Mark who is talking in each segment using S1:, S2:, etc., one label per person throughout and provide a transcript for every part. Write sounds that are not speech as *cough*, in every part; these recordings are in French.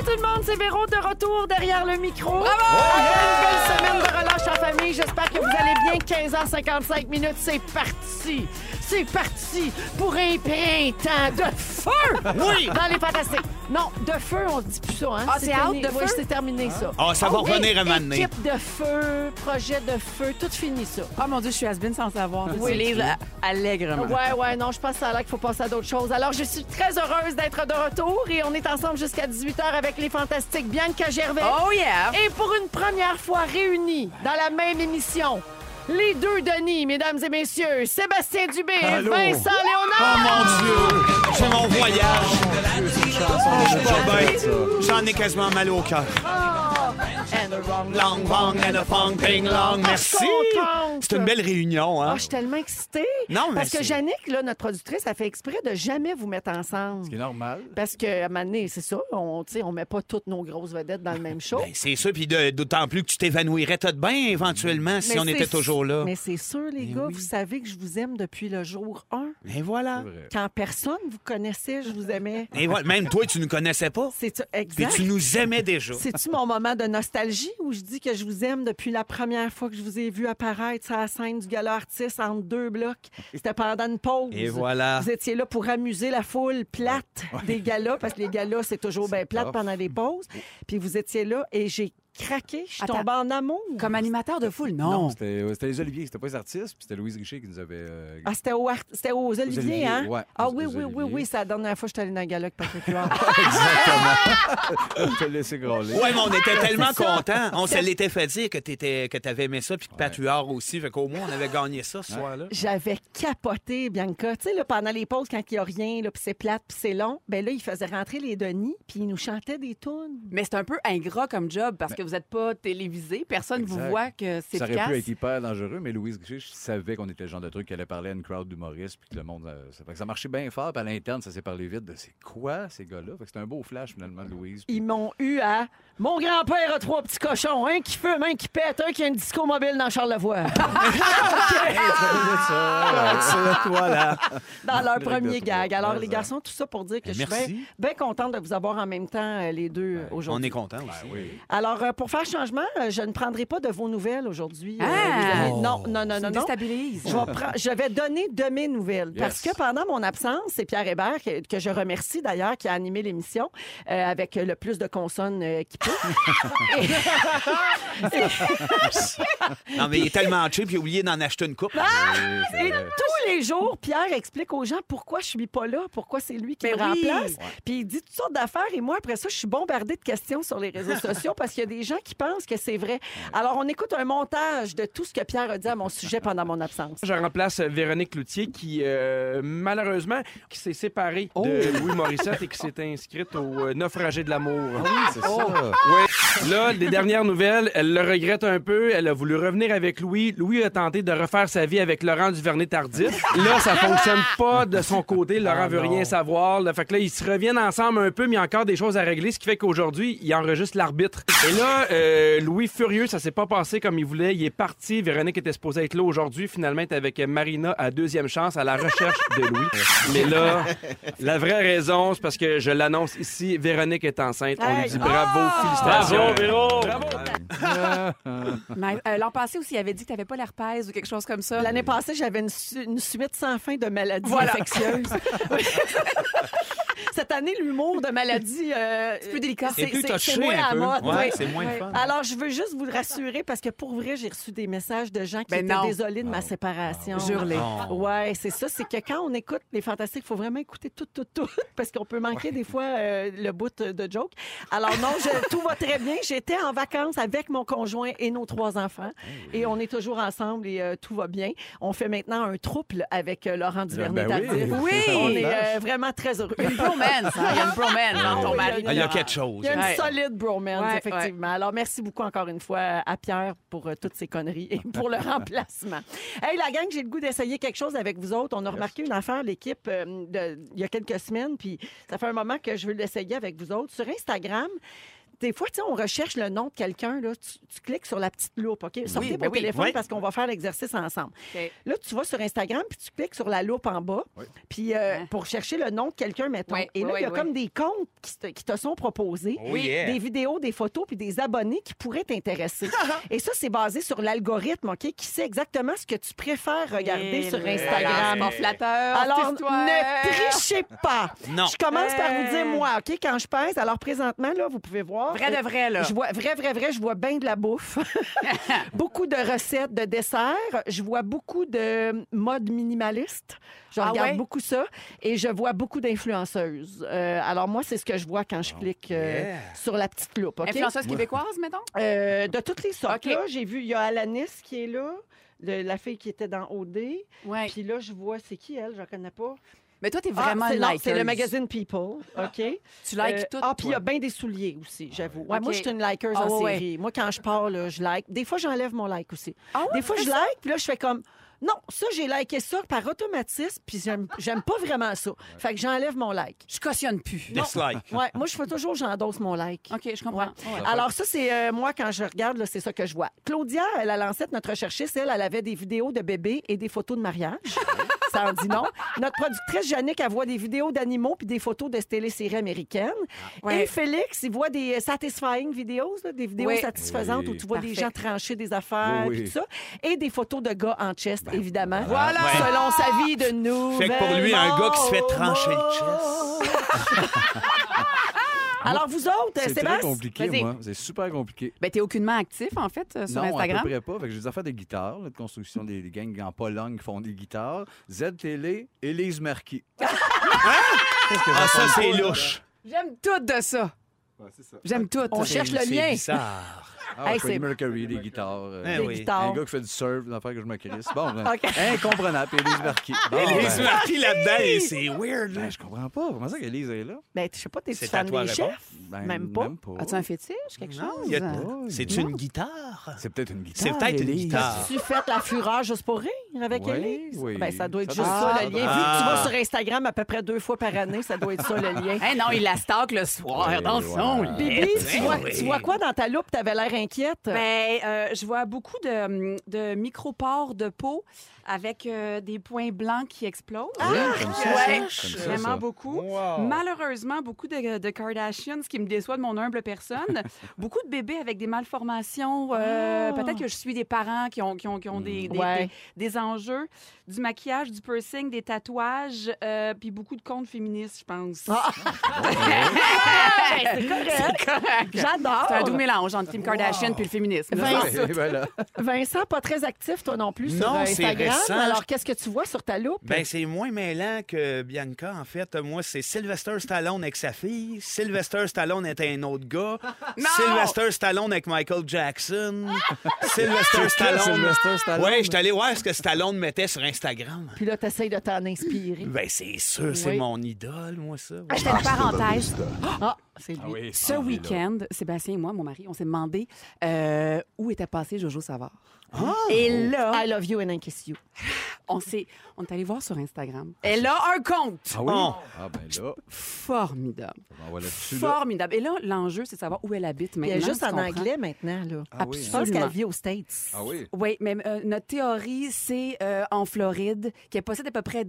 S1: tout le monde, c'est Véro de retour derrière le micro. Bravo! une belle semaine de relâche en famille. J'espère que vous allez bien. 15h55 minutes, c'est parti. C'est parti pour un printemps de feu!
S2: *laughs*
S3: Oui.
S1: Dans les fantastiques. Non, de feu, on dit plus ça, hein?
S2: Ah, c'est out,
S1: terminé.
S2: de
S1: Oui,
S2: feu?
S1: c'est terminé, ça.
S3: Ah, ça va
S1: Oui,
S3: revenir à un moment donné.
S1: Équipe de feu, projet de feu, tout fini, ça.
S2: Oh mon Dieu, je suis has-been sans savoir.
S1: Oui.
S2: Tu lises euh, allègrement.
S1: Ouais, ouais, non, je pense que ça a l'air qu'il faut passer à d'autres choses. Alors, je suis très heureuse d'être de retour et on est ensemble jusqu'à 18h avec les fantastiques Bianca Gervais.
S2: Oh yeah!
S1: Et pour une première fois réunis dans la même émission, les deux Denis, mesdames et messieurs, Sébastien Dubé et
S3: Allô?
S1: Vincent
S3: Oh
S1: Léonard.
S3: mon Dieu, c'est mon voyage. Oh, je suis pas bien. J'en ai quasiment mal au cœur.
S1: And the wrong-
S3: Long, long, and a fong, ping, long. Merci.
S1: contente.
S3: C'est une belle réunion,
S1: Ah,
S3: hein?
S1: je suis tellement excitée.
S3: Non, mais
S1: Parce que
S3: c'est-
S1: Jannick, là, notre productrice, a fait exprès de jamais vous mettre ensemble.
S4: C'est normal.
S1: Parce qu'à un moment donné, c'est ça, on ne on met pas toutes nos grosses vedettes dans le même show.
S3: Ben, c'est ça, puis de- d'autant plus que tu t'évanouirais tout de bien éventuellement si
S1: Mais
S3: on
S1: c'est
S3: était
S1: su-
S3: toujours là. Eh
S1: Mais c'est sûr, les gars, vous savez que je vous aime depuis le jour 1.
S3: Et voilà.
S1: Quand personne vous connaissait, je vous aimais.
S3: Et voilà. Même toi, tu nous connaissais pas.
S1: C'est
S3: Puis
S1: exact.
S3: tu nous aimais déjà.
S1: C'est-tu mon moment de nostalgie où je dis que je vous aime depuis la première fois que je vous ai vu apparaître sur la scène du gala artiste entre deux blocs? C'était pendant une pause.
S3: Et voilà.
S1: Vous étiez là pour amuser la foule plate des galas, parce que les galas, c'est toujours bien plate pendant les pauses. Puis vous étiez là et j'ai craqué. Je suis
S2: Attends.
S1: tombée en amour.
S2: Comme animateur de foule, non.
S4: Non, c'était euh, c'était les Oliviers, c'était pas les artistes, puis c'était Louise Richer qui nous avait. euh,
S1: Ah, c'était au art- c'était aux, Oliviers,
S4: Oliviers,
S1: hein?
S4: ouais,
S1: ah
S4: aux-
S1: oui,
S4: aux
S1: oui, oui,
S4: Oliviers.
S1: oui, c'est la dernière fois que je suis allée dans un gala avec Patrick Huard.
S4: *laughs* on t'a laissé grâler.
S3: Ouais, mais on était tellement
S1: c'est ça.
S3: contents. On se l'était fait dire que t'étais, que t'avais aimé ça, puis que Pat Huard aussi. Fait qu'au moins, on avait gagné ça ce soir-là.
S1: J'avais capoté, Bianca. Tu sais, là, pendant les pauses, quand il n'y a rien, là, puis c'est plate, puis c'est long, ben là, il faisait rentrer les Denis, puis il nous chantait des tunes.
S2: Mais c'est un peu ingrat comme job parce que vous n'êtes pas télévisé, personne ne vous
S4: Exact.
S2: voit que c'est
S4: Ça aurait pu
S2: efficace.
S4: être hyper dangereux, mais Louise Richer, je savais qu'on était le genre de truc qui allait parler à une crowd d'humoristes, puis que le monde. euh, ça, fait que ça marchait bien fort, puis à l'interne, ça s'est parlé vite de c'est quoi ces gars-là. Fait que C'était un beau flash, finalement, de Louise.
S1: Ils m'ont eu à Mon grand-père a trois petits cochons, un qui fume, un qui pète, un qui a une disco mobile dans
S4: *laughs*
S1: Charlevoix.
S4: Hey, ça, voilà.
S1: dans leur
S4: Le règle
S1: premier
S4: de trois.
S1: gag. Alors,
S4: Mais
S1: les
S4: ça.
S1: garçons, tout ça pour dire
S4: Ben,
S1: que je suis bien
S3: merci.
S1: bien contente de vous avoir en même temps, euh, les deux, euh,
S3: On
S1: aujourd'hui.
S3: est contents aussi.
S4: Oui.
S1: Alors, euh, pour faire changement, euh, je ne prendrai pas de vos nouvelles aujourd'hui. euh,
S2: Ah!
S1: les amis. Non, non, non, non,
S2: Ça me
S1: non.
S2: déstabilise. *laughs*
S1: Je vais, prendre- je vais donner de mes nouvelles. Parce que
S4: Yes.
S1: pendant mon absence, c'est Pierre Hébert, que, que je remercie d'ailleurs, qui a animé l'émission euh, avec le plus de consonnes euh, qui peut.
S3: Non, mais il est tellement cheap, j'ai oublié d'en acheter une coupe.
S1: Ah,
S4: Oui, c'est
S1: Et
S4: vrai.
S1: tous les jours, Pierre explique aux gens pourquoi je suis pas là, pourquoi c'est lui qui
S2: Mais
S1: me
S2: Ben oui.
S1: remplace. Puis il dit toutes sortes d'affaires. Et moi, après ça, je suis bombardée de questions sur les réseaux sociaux parce qu'il y a des gens qui pensent que c'est vrai. Alors, on écoute un montage de tout ce que Pierre a dit à mon sujet pendant mon absence.
S5: Je remplace Véronique Loutier qui, euh, malheureusement, qui s'est séparée de Louis Morissette et qui s'est inscrite au euh, Naufragé de l'amour.
S4: Oui, c'est ça.
S5: Oui. Là, les dernières nouvelles, elle le regrette un peu. Elle a voulu revenir avec Louis. Louis a tenté de refaire sa vie avec Laurent Duvernay-Tardif. Là, ça fonctionne pas de son côté. Laurent veut rien savoir. Là, fait que là, ils se reviennent ensemble un peu, mais il y a encore des choses à régler, ce qui fait qu'aujourd'hui, il enregistre l'arbitre. Et là, euh, Louis furieux, ça s'est pas passé comme il voulait. Il est parti. Véronique était supposée être là aujourd'hui. Finalement, elle est avec Marina à deuxième chance à la recherche de Louis. Mais là, la vraie raison, c'est parce que je l'annonce ici, Véronique est enceinte. On lui dit bravo, félicitations.
S2: Mais, euh, L'an passé aussi, il avait dit que tu n'avais pas l'herpès ou quelque chose comme ça.
S1: L'année passée, j'avais une, su- une suite sans fin de maladies
S2: Voilà. *laughs*
S1: infectieuses. Cette année, l'humour de maladies. euh,
S2: C'est plus délicat.
S3: C'est plus
S1: c'est-
S3: touché
S1: c'est moins
S3: un
S1: à
S3: peu.
S1: mode,
S3: Ouais,
S1: oui.
S3: c'est moins le fun.
S1: Alors, je veux juste vous le rassurer parce que pour vrai, j'ai reçu des messages de gens qui
S2: Ben
S1: étaient
S2: non.
S1: désolés de ma séparation.
S2: Jure-les.
S3: Oh.
S1: Ouais, c'est ça. C'est que quand on écoute les fantastiques, il faut vraiment écouter tout, tout, tout, *laughs* parce qu'on peut manquer des fois euh, le bout de joke. Alors non,
S4: *laughs*
S1: je- tout va très bien. J'étais en vacances avec mon conjoint et nos trois enfants,
S4: Ah
S1: et on est toujours ensemble et euh, tout va bien. On fait maintenant un trouble avec euh, Laurent duvernay
S4: ben oui.
S2: Oui.
S1: On est euh, vraiment très heureux.
S2: Une bromance. hein. Il y a une bromance dans ton
S1: oui,
S2: mari.
S3: Ah, Il y a quelque chose.
S1: Il y a une
S2: Ouais.
S1: solide bromance,
S2: Ouais,
S1: effectivement. Alors, merci beaucoup encore une fois à Pierre pour euh, toutes ces conneries et pour
S2: *laughs*
S1: le remplacement. Hey, la gang, j'ai le goût d'essayer quelque chose avec vous autres. On a remarqué une affaire, l'équipe, euh, de- il y a quelques semaines, puis ça fait un moment que je veux l'essayer avec vous autres. Sur Instagram, des fois, tu sais, on recherche le nom de quelqu'un, là, tu, tu cliques sur la petite loupe, OK? Sortez
S2: ben
S1: vos
S2: oui.
S1: téléphones
S3: Oui.
S1: parce qu'on va faire l'exercice ensemble.
S2: OK.
S1: Là, tu vas sur Instagram, puis tu cliques sur la loupe en bas,
S4: Oui.
S1: puis euh,
S2: Ouais.
S1: pour chercher le nom de quelqu'un, mettons.
S2: Ouais,
S1: Et là,
S2: ouais,
S1: il y a
S2: ouais.
S1: comme des comptes qui te, qui te sont proposés.
S3: Oh yeah.
S1: Des vidéos, des photos, puis des abonnés qui
S2: *laughs*
S1: pourraient t'intéresser. Et ça, c'est basé sur l'algorithme, OK, qui sait exactement ce que tu préfères regarder
S2: Eh
S1: sur
S2: oui.
S1: Instagram.
S2: Alors, c'est pas flatteur,
S1: Alors,
S2: cette histoire.
S1: ne trichez pas.
S3: Non.
S1: Je commence par vous dire,
S2: Hey.
S1: moi, OK, quand je pèse, alors présentement, là, vous pouvez voir.
S2: Vrai de vrai, là.
S1: Je vois, vrai, vrai, vrai, je vois bien de la bouffe. *laughs* beaucoup de recettes de desserts. Je vois beaucoup de mode minimaliste. Je
S2: Ah
S1: regarde
S2: ouais?
S1: beaucoup ça. Et je vois beaucoup d'influenceuses. Euh, alors, moi, c'est ce que je vois quand
S2: Oh,
S1: je clique euh,
S3: yeah.
S1: sur la petite loupe. OK?
S2: Influenceuse québécoise, mettons?
S1: Euh, de toutes les sortes.
S2: OK.
S1: Là, j'ai vu, il y a Alanis qui est là, le- la fille qui était dans OD.
S2: Oui.
S1: Puis là, je vois, c'est qui elle? Je la connais pas.
S2: Mais toi, t'es
S1: Ah,
S2: vraiment
S1: c'est- non,
S2: likeuse.
S1: C'est le magazine People, OK?
S2: Tu likes
S1: Euh,
S2: tout.
S1: Ah, puis il y a
S2: toi.
S1: bien des souliers aussi, j'avoue. Ouais,
S2: OK.
S1: Moi, je suis une likeuse
S2: Ah,
S1: en
S2: ouais,
S1: série. Moi, quand je pars, là, je like. Des fois, j'enlève mon like aussi.
S2: Ah ouais,
S1: des fois, je like, puis là, je fais comme... Non, ça, j'ai liké ça par automatisme, puis j'aime j'aime pas vraiment ça. Fait que j'enlève mon like.
S2: Je cautionne plus.
S3: Dislike.
S1: Ouais, moi, je fais toujours, j'endosse mon like.
S2: OK, je comprends. Ouais.
S1: Alors ça, c'est euh, moi, quand je regarde, là, c'est ça que je vois. Claudia, la lancette, notre recherchiste, elle, elle avait des vidéos de bébés et des photos de mariage. ça en dit non. Notre productrice, Yannick, elle voit des vidéos d'animaux puis des photos de téléséries américaines.
S2: Ouais.
S1: Et Félix, il voit des euh, satisfying videos, là, des vidéos
S2: Oui.
S1: satisfaisantes
S4: Oui.
S1: où tu vois des
S2: Parfait.
S1: gens trancher des affaires
S4: Oui, oui.
S1: puis tout ça. Et des photos de gars en chest, évidemment.
S2: voilà.
S3: Ben, Ouais.
S1: Selon sa vie de nous.
S3: Fait que pour lui, un gars qui se fait trancher le chest.
S1: Alors, vous autres, euh,
S4: C'est très
S1: Sébastien?
S4: compliqué,
S2: Vas-y.
S4: moi. C'est super compliqué.
S2: Ben, t'es aucunement actif, en fait, euh, sur
S4: non, à
S2: Instagram.
S4: peu près pas. Fait que j'ai des affaires de guitare, là, de construction des, des gangs en Pologne qui font des guitares. Z Télé, Élise Marquis.
S3: Ah, ça, c'est louche.
S2: J'aime tout de ça. J'aime tout.
S1: On cherche le
S3: C'est
S1: lien.
S3: bizarre.
S4: Ah,
S1: Hey,
S4: Freddie
S1: c'est-
S4: Mercury, des guitares. euh,
S3: Eh
S1: Des
S3: oui.
S1: guitares.
S4: Un gars qui fait du surf, des affaires que je me crisse. Bon, ben,
S1: OK.
S4: *laughs* incomprenable. Puis Élise Marquis. Bon,
S3: Élise
S4: ben,
S3: Marquis là-dedans, et c'est weird. là.
S4: ben, je comprends pas. Comment ça qu'Élise est là?
S1: Ben, je sais pas, t'es
S3: C'est à
S1: fan
S3: toi
S1: des
S3: à
S1: chefs?
S4: Ben,
S1: Même pas.
S2: As-tu un fétiche, quelque
S3: Non,
S2: chose?
S3: il y a-
S1: hein.
S2: Euh,
S4: Oh,
S3: C'est une guitare.
S4: C'est peut-être une guitare.
S3: C'est peut-être une
S4: Élise.
S3: guitare.
S1: Tu fais la fureur juste pour rire avec
S4: Oui,
S1: Elise?
S4: oui.
S1: Ben, ça doit être
S4: Ça
S1: juste
S4: doit-
S1: ça le lien.
S3: Ah.
S1: Vu que tu vas sur Instagram à peu près deux fois par année, ça doit être ça le lien.
S2: Hey, non, il la stocke le soir
S4: Ouais,
S2: dans
S4: ouais.
S2: son lit.
S1: Bibi, tu
S3: Ben
S1: vois,
S3: oui.
S1: tu vois quoi dans ta loupe? T'avais l'air inquiète.
S2: Ben, euh, je vois beaucoup de, hum, de micro-pores de peau avec euh, des points blancs qui explosent.
S4: Oui, comme
S1: Ah,
S4: ça,
S2: Ouais,
S4: ça, comme ça,
S2: vraiment
S4: Ah, ça.
S2: beaucoup. Malheureusement, beaucoup de, de Kardashians, ce qui me déçoit de mon humble personne. beaucoup de bébés avec des malformations. euh,
S1: Ah.
S2: Peut-être que je suis des parents qui ont, qui ont, qui ont des, des-
S1: Ouais.
S2: des- des enjeux. Du maquillage, du piercing, des tatouages, euh, puis beaucoup de comptes féministes, je pense. *laughs*
S1: Ah. Ben, c'est correct.
S2: C'est correct.
S1: J'adore.
S2: C'est un doux mélange entre Kim Kardashian puis le féminisme. là.
S1: Vingt-
S4: Et *laughs* voilà.
S1: Vincent, pas très actif, toi non plus, sur
S3: Non,
S1: euh,
S3: c'est
S1: Instagram.
S3: récent.
S1: Alors, qu'est-ce que tu vois sur ta loupe?
S3: Ben, c'est moins mêlant que Bianca, en fait. Moi, c'est Sylvester Stallone avec sa fille. Sylvester Stallone est un autre gars. Sylvester Stallone avec Michael
S1: *laughs*
S3: Jackson. Sylvester Stallone.
S4: Sylvester Stallone.
S3: Ouais, je suis allé voir ce que Stallone mettait sur Instagram.
S1: Puis là, t'essayes de t'en inspirer.
S3: Ben, c'est sûr, c'est
S1: Oui.
S3: mon idole, moi, ça.
S2: Ah, Je fais une parenthèse.
S1: Ah, c'est lui.
S4: oui,
S2: Ce
S4: ah, oui, là.
S2: week-end, Sébastien et moi, mon mari, on s'est demandé euh, où était passé Jojo Savard. Et là,
S1: I love you and I kiss you.
S2: on s'est, on est allé voir sur Instagram. Elle a un compte
S4: Ah oui?
S3: Oh.
S4: Ah ben là,
S2: formidable,
S4: on va là-dessus. Là.
S2: formidable. Et là, l'enjeu, c'est de savoir où elle habite
S1: Il y
S2: maintenant.
S1: a juste
S2: tu
S1: en
S2: comprends?
S1: anglais maintenant, là.
S4: Ah oui,
S1: Je
S4: hein?
S1: pense qu'elle
S2: Absolument.
S1: vit aux States.
S4: Ah oui?
S2: Oui, mais euh, notre théorie, c'est euh, en Floride qu'elle possède à peu près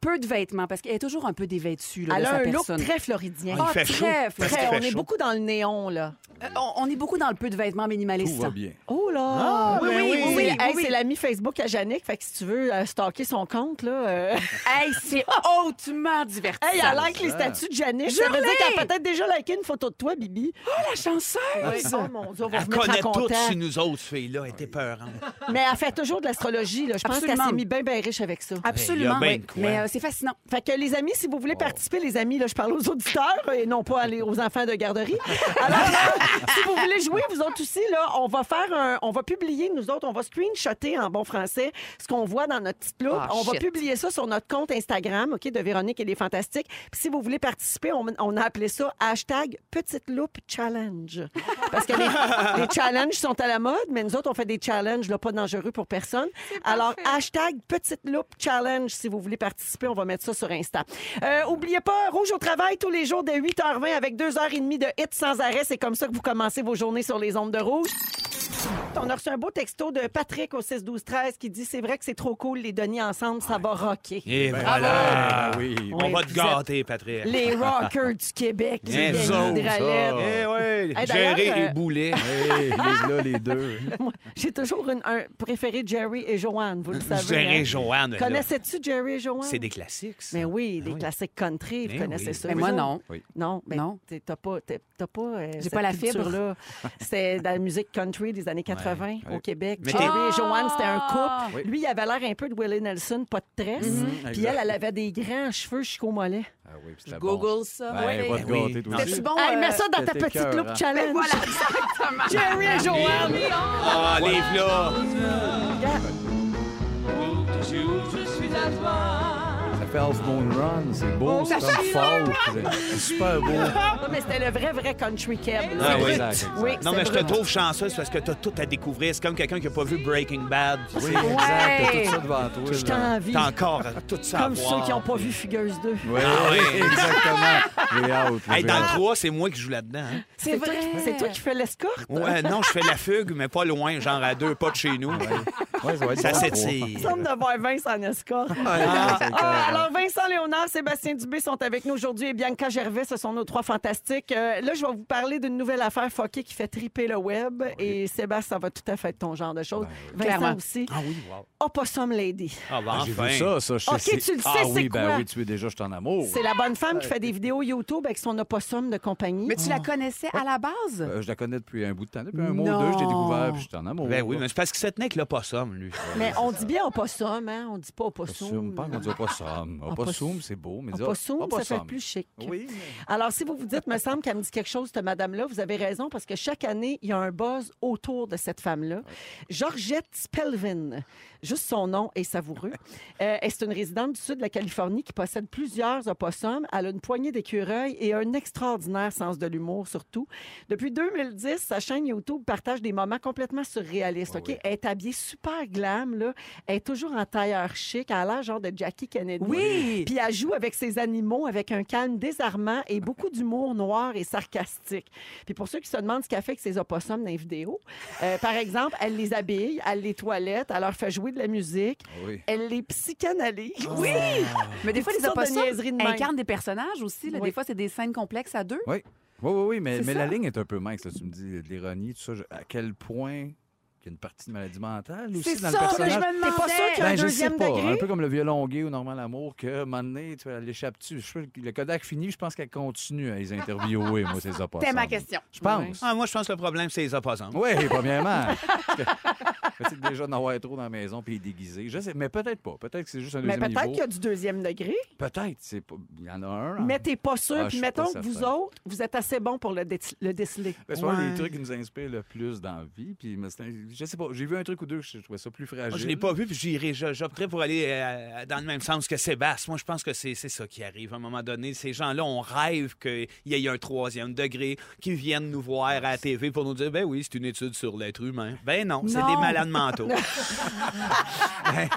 S2: peu de vêtements parce qu'elle est toujours un peu dévêtue là,
S1: Elle
S2: de
S1: a
S2: sa
S1: un look
S2: personne.
S1: très floridien.
S3: Ah,
S2: Ah,
S3: Il fait chaud.
S2: très,
S3: Parce
S1: oh, Très,
S3: qu'il
S1: on
S3: fait
S1: est
S3: chaud.
S1: beaucoup dans le néon, là.
S2: Euh, on, on est beaucoup dans le peu de vêtements minimalistes.
S4: Tout va bien.
S1: Oh là!
S3: oui, ben oui, oui, oui,
S1: C'est-
S2: oui,
S1: hey,
S2: oui.
S1: C'est l'ami Facebook à Yannick. Fait que si tu veux euh, stalker son compte,
S2: *laughs*
S1: là. euh,
S2: Hey, c'est hautement divertissant.
S1: Hey, elle like les
S4: ça.
S1: statues de Yannick. Ça
S2: Jure-les!
S1: veut dire qu'elle a peut-être déjà liké une photo de toi, Bibi.
S2: la chanceuse!
S1: Oh mon Dieu, on va
S3: Ah, Elle
S1: remettre
S3: connaît
S1: en
S3: tout
S1: contact.
S3: sur nous autres, ces filles-là. Elle était peurante.
S1: Mais elle fait toujours de l'astrologie, là. Je pense qu'elle
S2: Absolument.
S1: s'est mis bien, bien riche avec ça.
S2: Absolument.
S3: Il y a ben de quoi.
S2: Mais euh, c'est fascinant.
S1: Fait que les amis, si vous
S2: Oh.
S1: voulez participer, les amis, là, je parle aux auditeurs et non pas aller aux enfants de garderie. Alors, là, si vous voulez jouer, vous autres aussi, là, on va faire un, on va publier, nous autres, on va screenshotter en bon français ce qu'on voit dans notre petite loupe.
S2: Ah,
S1: on va
S2: shit.
S1: publier ça sur notre compte Instagram, OK, de Véronique et les Fantastiques. Puis si vous voulez participer, on, on a appelé ça hashtag Petite Loupe Challenge. Parce que les, les challenges sont à la mode, mais nous autres, on fait des challenges, là, pas dangereux pour personne. Alors, hashtag Petite Loupe Challenge si vous voulez participer. participer. On va mettre ça sur Insta. Euh, oubliez pas, Rouge au travail tous les jours dès 8h20 avec 2h30 de hits sans arrêt. C'est comme ça que vous commencez vos journées sur les ondes de Rouge. On a reçu un beau texto de Patrick au 6-12-13 qui dit C'est vrai que c'est trop cool, les données ensemble, ça va rocker.
S3: Et
S4: Ah,
S3: voilà.
S4: oui.
S1: Ouais.
S3: On va
S1: vous
S3: te
S1: êtes-
S3: gâter, Patrick.
S1: Les rockers du Québec, les
S3: Bien
S1: vieilles
S3: sûr,
S1: hydralettes.
S3: Eh oui,
S1: Hey, d'ailleurs,
S3: gérer
S1: euh,
S3: les boulets. *laughs*
S4: Hey, les, là, les deux.
S1: Moi, J'ai toujours une- un préféré, Jerry et Joanne, vous le savez. hein.
S3: Gérer Joanne. là.
S1: Connaissais-tu Jerry et Joanne?
S3: C'est des classiques. ça.
S1: Mais oui, des
S3: Ah oui.
S1: classiques country, vous
S3: Mais
S1: connaissez
S3: oui.
S1: ça.
S2: Mais
S1: vous
S2: moi,
S1: autres?
S2: non.
S1: Non, mais
S2: Non.
S1: t'es- t'as pas, t'es- t'as pas. euh, cette
S2: pas la fibre. *laughs*
S1: culture-là. C'était de la musique country des années 80 au
S4: Ouais.
S1: Québec.
S3: Mais
S1: Jerry
S2: t'es-
S1: et Joanne, c'était un couple.
S2: Ah!
S4: Oui.
S1: Lui, il avait l'air un peu de Willie Nelson, pas de tresse.
S2: Mm-hmm.
S1: Puis
S3: Mm-hmm.
S4: Exact.
S1: elle, elle avait des grands cheveux jusqu'au mollet.
S4: Ah oui, puis c'était bon. Ben,
S2: Google ça.
S4: Ouais,
S2: oui.
S4: va te
S3: Oui.
S4: gâter, toi
S3: Non,
S4: aussi.
S2: C'était-tu bon?
S1: Hey,
S2: euh,
S1: mets Ah, ça dans ta
S4: c'était
S1: petite
S4: écœurant.
S1: look
S3: hein.
S1: challenge.
S2: Ben Voilà, exactement.
S1: *laughs* Jerry et Joanne.
S3: Ah, les là.
S4: Ça fait Half Moon Run, c'est beau, c'est comme folk. c'est- C'est super beau.
S1: Ouais, Ah, mais c'était le vrai, vrai country cab.
S3: Ah oui.
S4: Exact, exact.
S1: Oui,
S3: Non,
S1: c'est
S3: mais je te
S1: vrai.
S3: trouve chanceuse parce que t'as tout à découvrir. C'est comme quelqu'un qui n'a pas vu Breaking Bad. tu sais.
S4: Oui, exact. T'as tout ça devant toi.
S1: Je
S4: là.
S1: t'envie.
S3: T'as encore tout ça euh, à
S1: Comme
S3: voir.
S1: ceux qui n'ont pas vu Fugueuse 2.
S4: Oui,
S3: Ah oui.
S4: oui, exactement. J'ai hâte.
S3: Hey,
S4: j'ai
S3: dans le
S4: hâte.
S3: 3, c'est moi qui joue là-dedans. hein.
S1: C'est vrai.
S2: vrai.
S1: C'est toi qui fais l'escorte.
S3: Ouais, non, je fais la fugue, mais pas loin, genre à deux pas de chez nous.
S4: Ouais, ça va être
S3: Ça
S4: bon,
S1: Il
S3: s'étire.
S1: semble d'avoir Vincent en escorte.
S4: trois. Ouais,
S3: Ah,
S4: c'est
S1: Ah,
S4: écœurant.
S1: alors Vincent Léonard, Sébastien Dubé sont avec nous aujourd'hui et Bianca Gervais, ce sont nos trois fantastiques. Euh, là, je vais vous parler d'une nouvelle affaire foquée qui fait triper le web et Sébastien, ça va tout à fait être ton genre de choses. Vincent
S2: Clairement.
S1: aussi.
S3: Ah oui, wow.
S1: Opossum Lady.
S3: Ah, bah,
S4: J'ai
S3: enfin.
S4: vu ça, ça. Je
S1: Ok,
S4: sais,
S1: tu le sais,
S4: Ah
S1: c'est
S4: oui,
S1: quoi?
S4: ben oui, tu es déjà, je t'en amour.
S1: C'est la bonne femme qui fait des vidéos YouTube avec son opossum de compagnie.
S2: Mais tu la connaissais à la base?
S4: Euh, je la connais depuis un bout de temps, depuis un mois
S2: Non.
S4: ou deux, je t'ai découvert, puis je suis en amour.
S3: Ben oui, mais c'est parce qu'il se tenait avec l'opossum, lui.
S1: Mais on dit bien opossum, hein? On dit pas
S4: Opossum,
S1: opossum.
S4: pas qu'on dit opossum. Opossum, c'est beau, mais dire
S1: Opossum, ah, ça fait
S4: opossum.
S1: plus chic.
S4: Oui.
S1: Alors, si vous vous dites, me semble qu'elle me dit quelque chose, cette madame-là, vous avez raison, parce que chaque année, il y a un buzz autour de cette femme-là. Georgette Spelvin, juste son nom est savoureux. Euh, et c'est une résidente du sud de la Californie qui possède plusieurs opossums. Elle a une poignée d'écureuils et un extraordinaire sens de l'humour, surtout. Depuis 2010, sa chaîne YouTube partage des moments complètement surréalistes. OK? Elle est habillée super glam, là. Elle est toujours en tailleur chic, à l'air genre de Jackie Kennedy.
S2: Oui!
S1: Puis elle joue avec ses animaux avec un calme désarmant et beaucoup d'humour noir et sarcastique. Puis pour ceux qui se demandent ce qu'elle fait avec ses opossums dans les vidéos, euh, par exemple, elle les habille, elle les toilette, elle leur fait jouer de la musique,
S4: Oui.
S1: elle les psychanalyse. Oui!
S2: Mais des fois,
S1: Toutes
S2: les
S1: sortes de
S2: Ah. opossums
S1: niaiseries de même.
S2: incarnent des personnages aussi. là.
S1: Oui.
S2: Des fois, c'est des scènes complexes à deux.
S4: Oui, oui, oui, oui, mais,
S2: C'est
S4: mais
S2: ça.
S4: la ligne est un peu mince. là. Tu me dis de l'ironie, tout ça. Je- à quel point il y a une partie de maladie mentale aussi dans le personnage?
S1: T'es pas sûr qu'il y a un
S4: Ben, je sais
S1: deuxième
S4: pas. Un
S1: degré?
S4: peu comme le violon gay ou Normal Amour, que à un moment donné, tu vois, elle l'échappe-tu. Je sais que Le Kodak finit, je pense qu'elle continue à les interviewer, moi, ces opossums.
S2: C'était Ben, ma question.
S4: Je pense.
S3: Ah, moi, je pense que le problème, c'est les opossums.
S4: Oui, premièrement. *laughs* peut-être déjà d'en avoir trop dans la maison puis déguisé. Je sais, mais peut-être pas. Peut-être que c'est juste un
S1: Mais
S4: deuxième
S1: peut-être qu'il y
S4: niveau.
S1: a du deuxième degré,
S4: Peut-être. c'est pas- Il y en a un.
S1: mais t'es pas sûr.
S4: Ah, je
S1: Puis
S4: suis pas
S1: mettons que vous
S4: certain.
S1: autres, vous êtes assez bons pour le, dé- le déceler.
S4: Ben, c'est pas un
S3: Ouais.
S4: des trucs qui nous inspirent le plus dans la vie. Puis, mais c'est un- je sais pas, j'ai vu un truc ou deux que je trouvais ça plus fragile.
S3: Moi, Ah, je l'ai pas vu, puis j'irai, je- j'opterais pour aller euh, dans le même sens que Sébastien. Moi, je pense que c'est c'est ça qui arrive. À un moment donné, ces gens-là, on rêve qu'il y ait un troisième degré qui viennent nous voir à la TV pour nous dire, ben oui, c'est une étude sur l'être humain. Ben non, c'est
S2: Non.
S3: des malades
S4: *laughs*
S3: mentaux.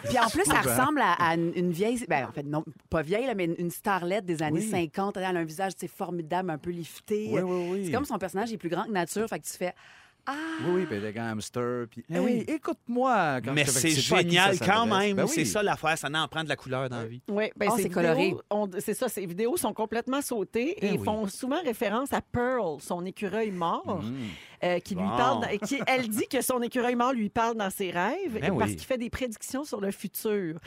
S2: Puis en plus, ça ressemble à, à une une vieille. Ben, en fait, non, pas vieille, là, mais une- une starlette des années 50. Elle a un visage c'est formidable, un peu lifté.
S4: Oui, oui, oui.
S2: C'est comme son personnage est plus grand que nature. Fait que tu *laughs* fais. Ah!
S4: Oui, oui, ben, avec un hamster. Puis, Eh oui, écoute-moi. quand
S3: Mais
S4: je-
S3: c'est
S4: pas à qui
S3: génial
S4: ça
S3: quand
S4: s'adresse.
S3: même.
S4: Ben oui.
S3: C'est ça l'affaire, ça en prend de la couleur dans la vie.
S1: Oui, ben
S2: Ah,
S1: ces
S2: c'est
S1: vidéos,
S2: coloré.
S1: on- C'est ça, ces vidéos sont complètement sautées et
S4: Eh
S1: ils
S4: oui.
S1: font souvent référence à Pearl, son écureuil
S4: Mm.
S1: mort,
S4: Mhm.
S1: euh, qui lui
S3: Bon.
S1: parle. dans- qui, elle dit que son écureuil mort lui parle dans ses rêves
S3: Ben
S1: et parce
S3: oui.
S1: qu'il fait des prédictions sur le futur.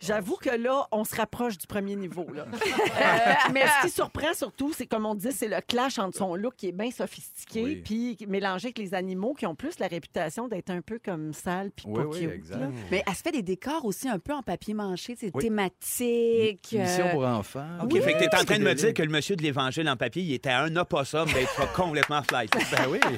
S1: J'avoue que là, on se rapproche du premier niveau. là. Euh, mais ce qui surprend surtout, c'est comme on dit, c'est le clash entre son look qui est bien sophistiqué,
S4: Oui.
S1: puis mélangé avec les animaux qui ont plus la réputation d'être un peu comme sales puis
S4: Oui,
S1: pas
S4: oui,
S1: cute,
S4: exact.
S1: là.
S2: Mais elle se fait des décors aussi un peu en papier manché, c'est
S4: Oui.
S2: thématique.
S4: Mission
S2: euh,
S4: pour enfants.
S3: OK, fait que t'es en train de me dire que le monsieur de l'Évangile en papier, il était à un opossum d'être complètement flight.
S4: *laughs* Ben oui. il,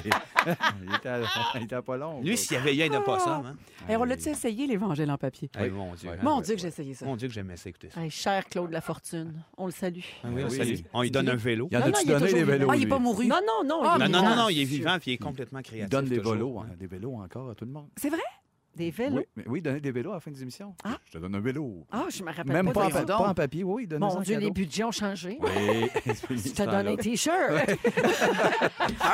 S4: était à... il était à pas long.
S3: Lui, s'il y avait eu un opossum, hein?
S2: Hey, Eh, on l'a-tu essayé, l'Évangile en papier?
S4: Ah,
S3: Eh, mon Dieu. hein?
S2: Mon Dieu, que j'ai essayé ça. Ah,
S3: Mon Dieu que j'aimais ça écouter ça.
S1: Hey, cher Claude Lafortune, on le salue.
S3: Ah oui, on
S4: Oui.
S3: salue. On lui donne un vélo.
S4: Il y en
S1: Non, non,
S4: a-tu
S1: il est
S4: donné
S1: toujours
S4: des
S1: vivant.
S4: vélos?
S2: Ah, il n'est
S4: lui?
S2: pas mouru.
S1: Non, non, non.
S2: Ah,
S1: il est
S3: Non, non,
S1: vivant.
S3: non, non, il est vivant puis il est complètement
S4: Il
S3: créatif.
S4: donne des hein.
S3: toujours.
S4: vélos, hein, des vélos encore à tout le monde.
S2: C'est vrai?
S1: Des vélos?
S4: Oui, mais- oui, donner des vélos à la fin des émissions.
S1: Ah.
S4: Je te donne un vélo.
S1: Ah, je me rappelle
S4: Même pas,
S1: pas.
S4: en,
S1: de
S4: pa-
S1: ça.
S3: donc.
S4: pas en papier, oui, donner
S1: Mon Dieu,
S4: *laughs*
S1: les budgets ont changé.
S4: Oui,
S1: Je te donne un T-shirt. *laughs*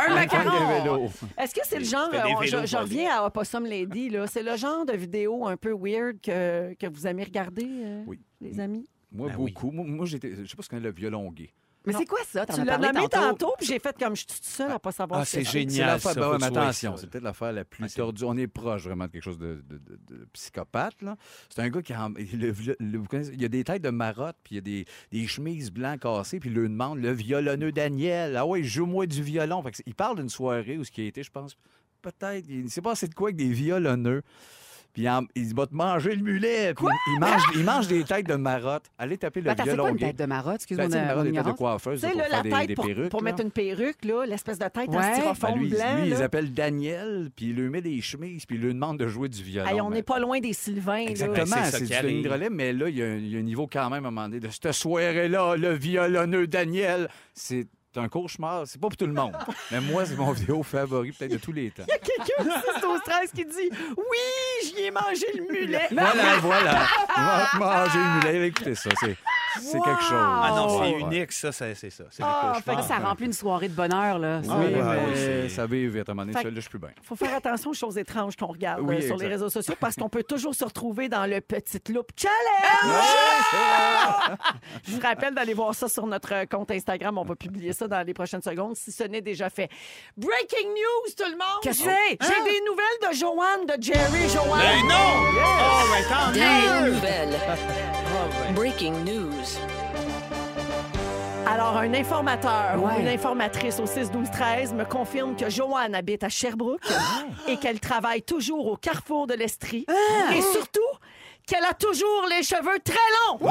S2: Un macaron!
S4: vélo.
S1: Est-ce que c'est le genre, euh,
S3: des
S1: on-
S3: vélos
S1: je, je
S3: volés.
S1: reviens à Opossum Lady, là. c'est le genre de vidéo un peu weird que, que vous aimez regarder, euh,
S4: Oui.
S1: les amis?
S4: Moi,
S3: Ben oui. Ah,
S4: beaucoup. Moi, moi, j'étais. Je sais pas ce qu'on a le violon gay.
S2: Mais c'est quoi ça? T'en
S1: Tu
S2: as
S1: l'as
S2: parlé
S1: nommé
S2: tantôt.
S1: tantôt, puis j'ai fait comme je suis toute seule à pas savoir
S3: Ah,
S1: ce
S3: c'est
S1: que
S3: génial.
S4: C'est l'affaire-
S3: ça,
S4: ben
S3: faut
S4: ouais, mais
S3: que tu sois
S4: attention,
S3: ça,
S4: c'est
S3: là.
S4: peut-être l'affaire la plus
S3: Ah, c'est-
S4: tordue. On est proche vraiment de quelque chose de, de- de- de psychopathe. là. C'est un gars qui. en- le- le- le- vous connaissez- il y a des têtes de marottes, puis il y a des, des chemises blancs cassées, puis il lui demande le violonneux Daniel. Ah ouais, joue-moi du violon. Fait que c'est- il parle d'une soirée où ce qui a été, je pense, peut-être. Il s'est passé de quoi avec des violonneux. Puis il, en- il va te manger le mulet. Puis il, il mange, il mange des têtes de marottes. Allez taper le
S2: Attends, c'est
S4: violon
S2: quoi une
S4: gay.
S2: tête de marotte?
S4: Ben,
S2: Excuse-moi,
S4: tu sais,
S2: mon-
S4: une
S2: mon
S4: marotte, des têtes de
S2: ignorance.
S4: coiffeuse,
S1: Tu sais,
S4: pour
S1: là,
S4: faire
S1: la
S4: des,
S1: tête
S4: des
S1: pour,
S4: perruques.
S1: pour
S4: là.
S1: mettre une perruque, là, l'espèce de tête en
S2: Ouais.
S4: Ben,
S1: styrofoam
S4: lui, il-
S1: blanc.
S4: lui, il
S1: là.
S4: les appelle Daniel, puis il lui met des chemises, puis il lui demande de jouer du violon.
S1: Hey, on
S4: Mais-
S1: n'est pas loin des Sylvains. Là.
S4: Ah, Exactement,
S3: Ben, c'est ça qui
S4: c'est du ligne
S3: arrive.
S4: de relais, mais là, il y, a un- il y a un niveau quand même à un moment donné de cette soirée-là, le violonneux Daniel, c'est un cauchemar. C'est pas pour tout
S1: *laughs*
S4: le monde. mais moi, c'est mon vidéo favori peut-être de tous les temps.
S1: Quelqu'un au 6 au 13 qui dit Oui, j'y ai mangé le mulet.
S4: *laughs* voilà, voilà. Moi,
S1: *laughs*
S4: moi, j'ai une idée. Écoutez ça, c'est c'est
S1: Wow!
S4: quelque chose.
S3: Ah non, c'est
S4: Ouais.
S3: unique, ça, c'est c'est ça. C'est le
S1: Ah,
S2: Oh. Fait que
S3: cauchemar.
S2: ça remplit une soirée de bonheur, là. Ah, ben, Ça.
S4: Oui,
S3: ouais,
S4: mais
S3: oui, c'est-
S4: Ah, ça va vite. À un moment donné,
S1: Fait-
S4: celui-là, je suis bien.
S1: faut faire attention aux choses étranges qu'on regarde
S4: Oui,
S1: euh, sur
S4: exact.
S1: les réseaux sociaux parce qu'on peut toujours se retrouver dans le
S2: *laughs*
S1: petite loupe challenge. Je vous rappelle d'aller voir ça sur notre euh, compte Instagram. On va publier ça dans les prochaines secondes si ce n'est déjà fait. Breaking news, tout le monde!
S2: Qu'est-ce que
S1: J'ai
S2: c'est? Hein?
S1: j'ai des nouvelles de Joanne, de Jerry. Joanne!
S3: Ben non! Oh, ben tant
S6: Des
S3: mieux!
S6: nouvelles.
S3: Ah,
S6: Breaking news.
S1: Alors, un informateur ou
S2: Ouais.
S1: une informatrice au 6-12-13 me confirme que Joanne habite à Sherbrooke et qu'elle travaille toujours au carrefour de l'Estrie.
S2: Ah.
S1: Et surtout, qu'elle a toujours les cheveux très longs.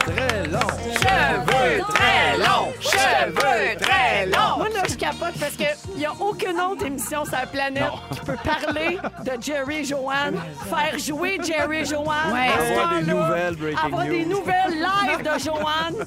S4: Très long.
S2: Cheveux très longs! Cheveux très longs!
S1: Moi, là, je capote parce qu'il n'y a aucune autre émission sur la planète qui peut parler de Jerry et Joanne, faire jouer Jerry et Joanne.
S2: Ouais.
S1: à ce
S4: Avoir des
S1: temps-là,
S4: nouvelles breaking
S1: avoir des
S4: news.
S1: nouvelles live de Joanne.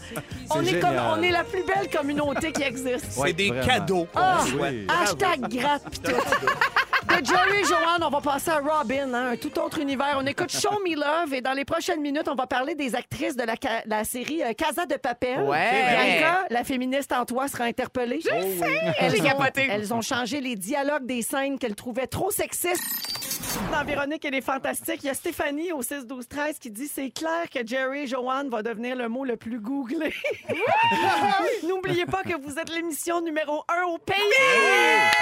S1: On est, comme,
S4: génial.
S1: on est la plus belle communauté qui existe.
S3: C'est des
S4: vraiment.
S3: cadeaux.
S1: Ah,
S4: oui.
S1: hashtag gratte pis tout. De Jerry et Joanne, on va passer à Robin, hein, un tout autre univers. On écoute Show Me Love et dans les prochaines minutes, on va parler des actrices de la, ca- la série euh, Casa de Papel.
S2: Ouais.
S1: Bianca, la féministe en toi, sera interpellée. Je sais! Elles
S2: J'ai
S1: ont,
S2: capoté.
S1: elles ont changé les dialogues des scènes qu'elles trouvaient trop sexistes. Dans Véronique, elle est fantastique. Il y a Stéphanie au 6-12-13 qui dit C'est clair que Jerry et Joanne va devenir le mot le plus googlé. *laughs* N'oubliez pas que vous êtes l'émission numéro 1 au pays.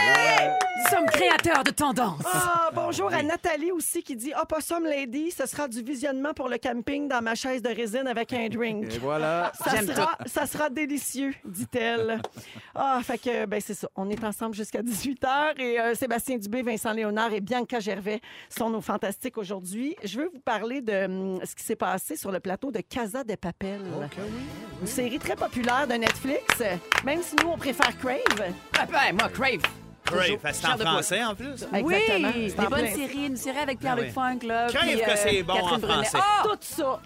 S2: Nous sommes créateurs de tendance.
S1: Ah, bonjour à Nathalie aussi qui dit Opossum Lady, ce sera du visionnement pour le camping dans ma chaise de résine avec un drink.
S4: *laughs* Et voilà.
S1: Ça sera, ça sera délicieux,
S2: *laughs*
S1: dit-elle. Ah, fait que, ben, c'est ça. On est ensemble jusqu'à 18h et euh, Sébastien Dubé, Vincent Léonard et Bianca Gervais sont nos fantastiques aujourd'hui. Je veux vous parler de hum, ce qui s'est passé sur le plateau de Casa de Papel. Une série très populaire de Netflix, même si nous, on préfère Crave.
S2: Ah Ben, moi, Crave.
S3: Crave, c'est en
S2: Chair de poule.
S3: français en plus.
S1: Exactement.
S2: Oui,
S1: C'est
S2: des
S1: en
S2: bonnes
S1: plein ça.
S2: séries, une série avec Pierre-Luc
S3: Ah
S2: Funk, là.
S3: Crave
S2: puis, euh,
S3: que c'est bon
S2: Catherine
S3: en
S2: Brunet.
S3: français.
S2: Ah!
S1: Tout ça.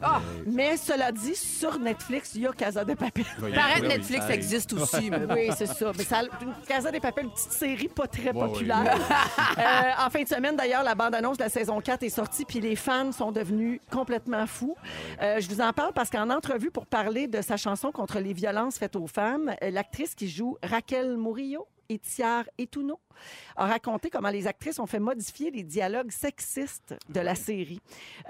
S1: Mais cela dit, sur Netflix, il y a Casa de Papel.
S2: Paraît que Netflix
S4: Allez.
S2: existe aussi, mais
S1: Oui, c'est ça. Mais ça une Casa des Papel, une petite série pas très populaire. *laughs* Euh, en fin de semaine, d'ailleurs, la bande-annonce de la saison 4 est sortie, puis les fans sont devenus complètement fous. Euh, je vous en parle parce qu'en entrevue pour parler de sa chanson contre les violences faites aux femmes, euh, l'actrice qui joue Raquel Murillo, Etiar Etouno, a raconté comment les actrices ont fait modifier les dialogues sexistes de la série.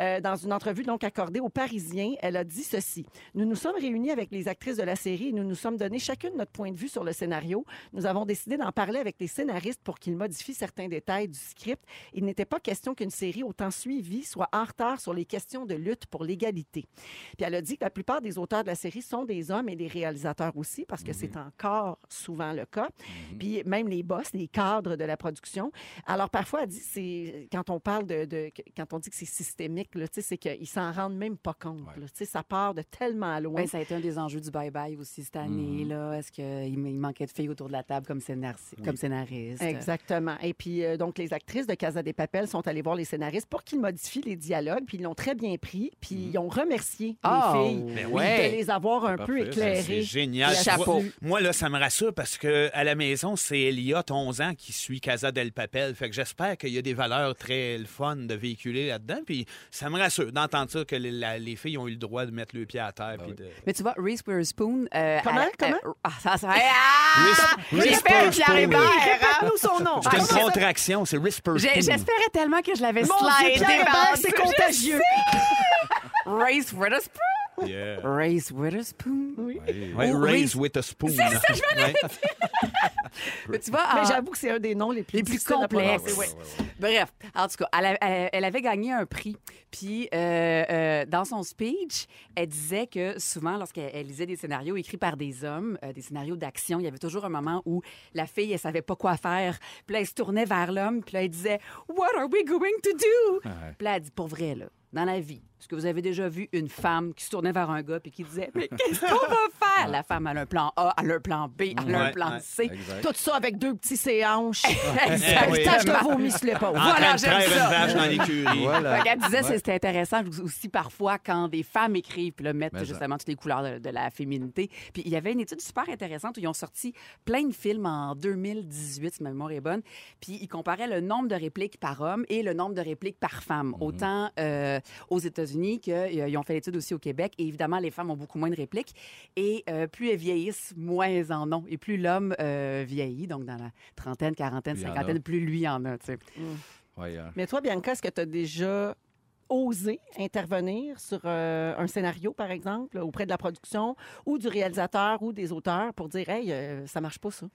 S1: Euh, dans une entrevue donc accordée aux Parisiens, elle a dit ceci. Nous nous sommes réunis avec les actrices de la série et nous nous sommes donné chacune notre point de vue sur le scénario. Nous avons décidé d'en parler avec les scénaristes pour qu'ils modifient certains détails du script. Il n'était pas question qu'une série autant suivie soit en retard sur les questions de lutte pour l'égalité. Puis elle a dit que la plupart des auteurs de la série sont des hommes et des réalisateurs aussi, parce que c'est encore souvent le cas. Puis même les boss, les cadres de la production. Alors parfois, elle dit, c'est quand on parle de, de- quand on dit que c'est systémique, là, tu sais, c'est qu'ils s'en rendent même pas compte. là. Tu sais, ça part de tellement loin.
S2: Ben, ça a été un des enjeux du bye-bye aussi cette année. là. Est-ce qu'il manquait de filles autour de la table comme, scénar- comme scénariste?
S1: Exactement. Et puis, euh, donc, les actrices de Casa des Papel sont allées voir les scénaristes pour qu'ils modifient les dialogues, puis ils l'ont très bien pris, puis ils ont remercié
S2: Oh,
S1: les filles
S2: ben
S1: de
S2: ouais.
S1: les avoir un peu
S4: parfait, ça,
S1: éclairées.
S3: Ah, C'est génial.
S1: Le
S3: Moi,
S2: chapeau.
S3: Moi, là, ça me rassure parce que à la maison, c'est Elliot, 11 ans, qui suit Casa del Papel. Fait que j'espère qu'il y a des valeurs très le fun de véhiculer là-dedans. Puis ça me rassure d'entendre ça que les, la- les filles ont eu le droit de mettre le pied à terre. puis de-
S2: Mais tu vois, Reese Witherspoon. euh,
S1: Comment,
S2: elle-
S1: comment?
S2: euh, ah, ça, ça- Ah! *laughs*
S3: Reese-
S2: J'ai
S3: Reese
S2: fait un
S3: Witherspoon.
S2: Pierre Hébert, hein?
S1: Répète-nous son nom.
S3: C'est
S2: Ah, comment
S3: une
S2: ça-
S3: contraction, c'est Whisper.
S2: J'ai- J'espérais tellement que je l'avais
S1: Mon Dieu,
S2: slidé.
S1: Pierre Hébert,
S2: par-
S1: c'est contagieux.
S2: Reese Witherspoon.
S3: Yeah.
S2: Reese Witherspoon.
S3: Ouais,
S2: Ou Reese-
S3: raise with a spoon. Ouais.
S2: Mais tu vois, euh,
S1: Mais
S2: en-
S1: j'avoue que c'est un des noms les
S2: Ah.
S1: plus,
S2: les plus
S1: difficiles à
S2: complexes.
S1: prononcer, ouais.
S2: Bref, en tout cas, elle, a- elle- elle avait gagné un prix. Puis, euh, euh, dans son speech, elle disait que souvent, lorsqu'elle elle lisait des scénarios écrits par des hommes, euh, des scénarios d'action, il y avait toujours un moment où la fille, elle savait pas quoi faire. Puis là, elle se tournait vers l'homme, puis là, elle disait « What are we going to do? Puis là, elle dit « Pour vrai, là, dans la vie, est-ce que vous avez déjà vu une femme qui se tournait vers un gars puis qui disait « Mais qu'est-ce qu'on va faire? » La femme, elle a un plan A, elle a un plan B, elle a
S3: Ouais,
S2: un plan
S3: ouais. Eh
S2: C.
S4: Exact.
S1: Tout ça avec deux petits séances.
S2: Exactement.
S3: oui.
S1: Tâche de vomi sur l'épaule.
S3: En train
S2: Voilà,
S3: de
S2: j'aime
S3: traire
S2: ça.
S3: une vache dans l'écurie.
S4: Voilà.
S2: Fait qu'elle disait
S4: Ouais.
S2: c'est- c'est intéressant aussi parfois quand des femmes écrivent puis là, mettent
S4: Mais ça.
S2: justement toutes les couleurs de, de la féminité. Puis il y avait une étude super intéressante où ils ont sorti plein de films en 2018, si ma mémoire est bonne. Puis ils comparaient le nombre de répliques par homme et le nombre de répliques par
S4: Mhm.
S2: femme, autant euh, aux États-Unis qu'ils ont fait l'étude aussi au Québec. Et évidemment, les femmes ont beaucoup moins de répliques. Et euh, plus elles vieillissent, moins elles en ont. Et plus l'homme euh, vieillit, donc dans la trentaine, quarantaine,
S4: Plus il y en a.
S2: cinquantaine, plus lui en a. tu sais.
S4: Ouais,
S2: *laughs*
S4: hein.
S1: Mais toi, Bianca, est-ce que tu as déjà osé intervenir sur euh, un scénario, par exemple, auprès de la production ou du réalisateur ou des auteurs pour dire, hey, euh, ça marche pas ça?